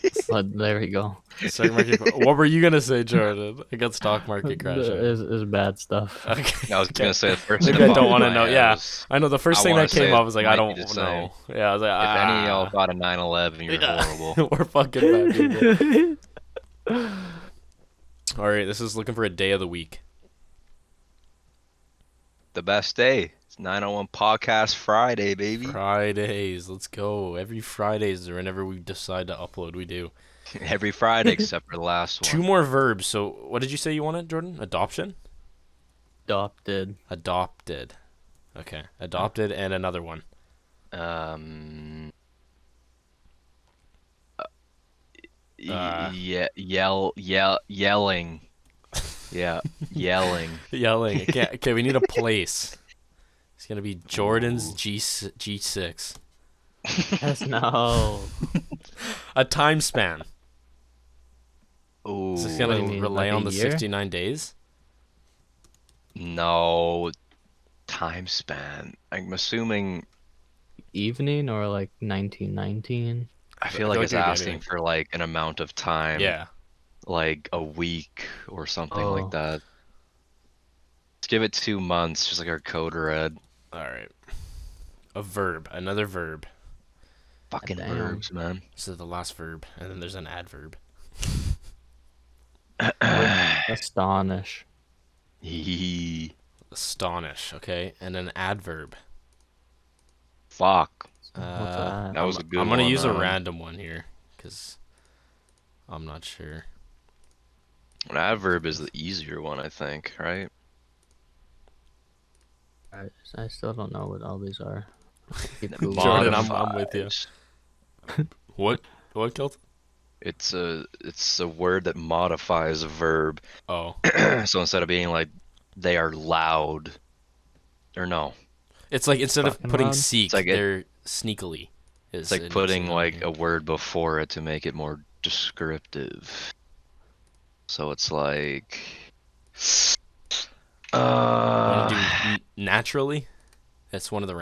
S2: [LAUGHS]
S1: but there we go.
S3: Stock market. what were you gonna say, Jordan? I got
S1: [LAUGHS]
S3: stock market crash.
S1: Is is bad stuff.
S3: Okay.
S2: I was
S3: okay.
S2: gonna say the first.
S3: Maybe
S2: thing
S3: I don't
S2: popped
S3: wanna
S2: my
S3: know,
S2: head
S3: yeah.
S2: was,
S3: I know the first
S2: I
S3: thing
S2: wanna
S3: that came
S2: say
S3: up was like I
S2: might
S3: don't
S2: be the
S3: know. Yeah, I was like,
S2: If any of
S3: [LAUGHS]
S2: y'all
S3: ah,
S2: thought of 9/11, you're horrible.
S3: we're fucking bad
S2: [LAUGHS]
S3: people. All right, this is looking for a day of the week.
S2: the best day. It's 901 Podcast Friday, baby.
S3: Fridays, let's go. Every Fridays or whenever we decide to upload, we do.
S2: [LAUGHS] Every Friday except for the last
S3: Two
S2: one.
S3: more verbs. So, what did you say you wanted, Jordan? Adoption?
S1: Adopted.
S3: [LAUGHS]
S2: Um,
S3: [LAUGHS] Uh,
S1: [LAUGHS]
S3: Oh.
S2: uh, [LAUGHS] [LAUGHS] you were sober.
S1: [LAUGHS] I would
S3: [LAUGHS] What
S1: wonder
S3: the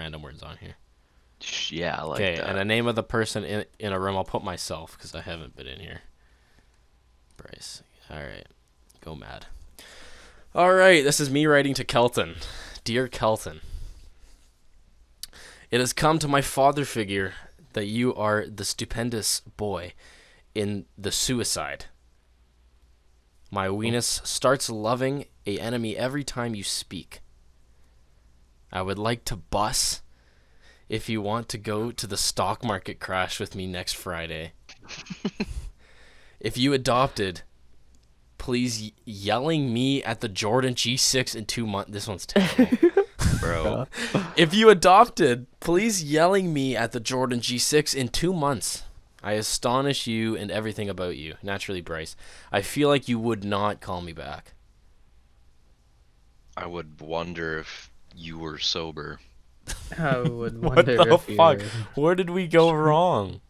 S1: if you
S3: fuck?
S1: were-
S3: Where did we go wrong?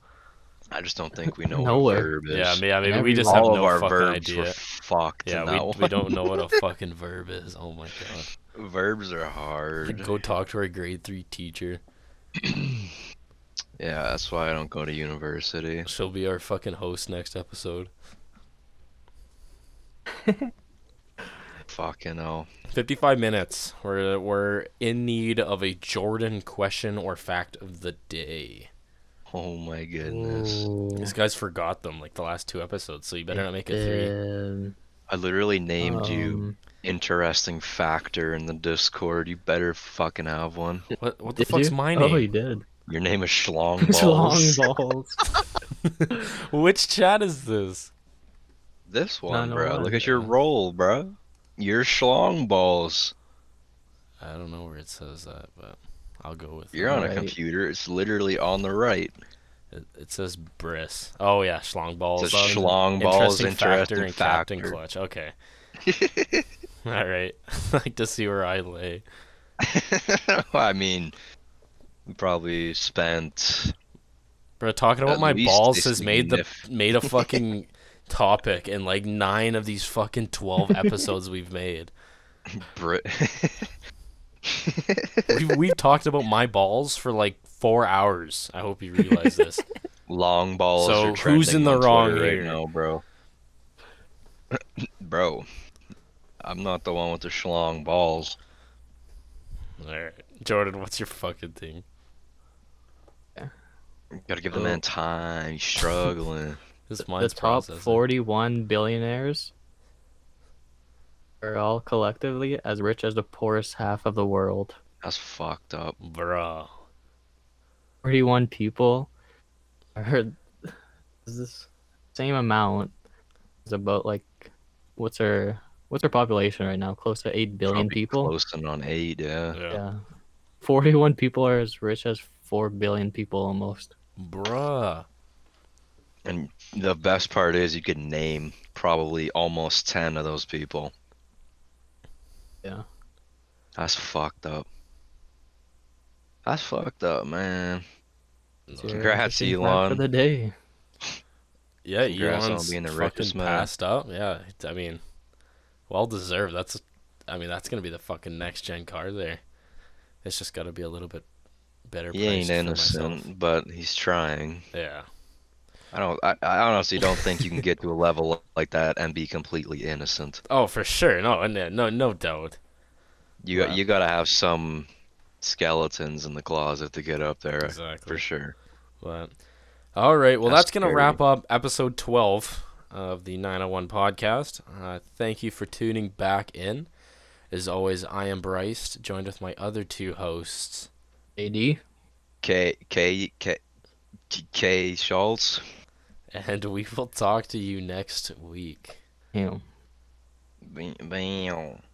S2: I just don't think we know what
S1: [LAUGHS] Nowhere.
S2: verb is.
S3: Yeah, yeah, maybe
S1: Every-
S3: we just have
S2: all of
S3: no
S2: our
S3: fucking
S2: verbs were
S3: idea.
S2: fucked. in
S3: Yeah,
S2: that
S3: we, we
S2: one.
S3: don't know what a fucking verb is.
S1: [LAUGHS]
S3: Oh my god.
S2: [LAUGHS] Verbs are hard.
S3: Go talk to our grade three teacher.
S2: Yeah, that's why I don't go to university.
S3: She'll be our fucking host next episode.
S2: Fucking hell.
S3: Fifty-five minutes. We're we're in need of a Jordan question or fact of the day.
S2: Oh my goodness.
S1: Ooh,
S3: This guy's forgot them like the last two episodes, so you better not make it
S1: Uh,
S3: three.
S1: then,
S2: I literally named you
S1: um,
S2: interesting factor in the Discord. You better fucking
S1: [LAUGHS]
S2: have one.
S3: What what the
S1: did
S3: fuck's
S1: you?
S3: my
S1: Oh,
S3: name?
S1: you did. [LAUGHS]
S2: Your name is Schlong
S1: It's long
S2: Balls.
S3: [LAUGHS]
S1: balls. Oh,
S3: Which chat is this?
S2: This one,
S1: no
S2: bro.
S1: one.
S2: Look at your roll, bro. You're Schlong Balls.
S3: I don't know where it says that, but I'll go with
S2: You're
S3: it.
S2: on a
S1: Right.
S2: computer. It's literally on the right.
S3: It, it says Briss. Oh yeah, Schlong balls.
S2: says
S3: on
S2: Schlong balls,
S3: factor
S2: interesting
S3: and captain
S2: factor.
S3: clutch. Okay.
S2: [LAUGHS]
S3: All right. [LAUGHS] like to see where I lay.
S2: [LAUGHS] I mean, we probably spent.
S3: Bro, talking about
S2: At
S3: my
S2: least
S3: balls
S2: this
S3: has made the
S2: sniff.
S3: made
S2: [LAUGHS]
S3: a fucking topic in like nine of these fucking
S2: [LAUGHS]
S3: twelve episodes we've made.
S2: Brit-
S3: We've, we've talked about my balls for like four hours. I hope you
S2: [LAUGHS]
S3: realize this.
S2: [LAUGHS] long balls.
S3: So
S2: are
S3: who's
S2: trending
S3: in the
S2: on
S3: wrong
S2: Twitter
S3: here?
S2: right now, bro? [CLEARS THROAT] bro, I'm not the one with the schlong balls.
S3: All right, Jordan, what's your fucking thing?
S2: Gotta give the
S3: Oh.
S2: man time. He's struggling.
S3: This
S1: the
S3: mind's
S1: top
S3: processing.
S1: 41 billionaires are all collectively as rich as the poorest half of the world.
S2: That's fucked up.
S3: Bruh.
S1: 41 people are is this same amount is about like what's our what's our population right now? Close to 8 billion
S2: Probably
S1: people.
S2: Closing on eight. Yeah.
S3: Yeah.
S1: Yeah. 41 people are as rich as 4 billion people almost.
S3: Bruh.
S2: And the best part is you could name probably almost ten of those people.
S1: Yeah.
S2: That's fucked up. That's fucked up, man.
S1: So
S3: No.
S1: your
S2: Congrats,
S1: interesting fact
S2: Elon.
S1: For the day.
S3: Yeah,
S2: Congrats on
S3: Elon's
S2: being the
S3: fucking
S2: richest man.
S3: passed up. Yeah, I mean, well deserved. That's, I mean, that's gonna be the fucking next gen car there. It's just gotta be a little bit better.
S2: He ain't
S3: priced for myself.
S2: innocent, but he's trying.
S3: Yeah,
S2: I don't. I, I honestly don't think you can get to a level like that and be completely innocent.
S3: Oh, for sure. No, no, no, no doubt.
S2: You
S3: Wow.
S2: got you gotta have some skeletons in the closet to get up there
S3: Exactly.
S2: for sure.
S3: But all right, well,
S2: That's
S3: that's, gonna
S2: scary.
S3: wrap up episode twelve of the 901 podcast. Uh, thank you for tuning back in. As always, I am Bryce, joined with my other two hosts.
S1: AD.
S2: K K K K, K Schultz.
S3: And [LAUGHS] we will talk to you next week.
S1: Damn.
S2: Bam. bam.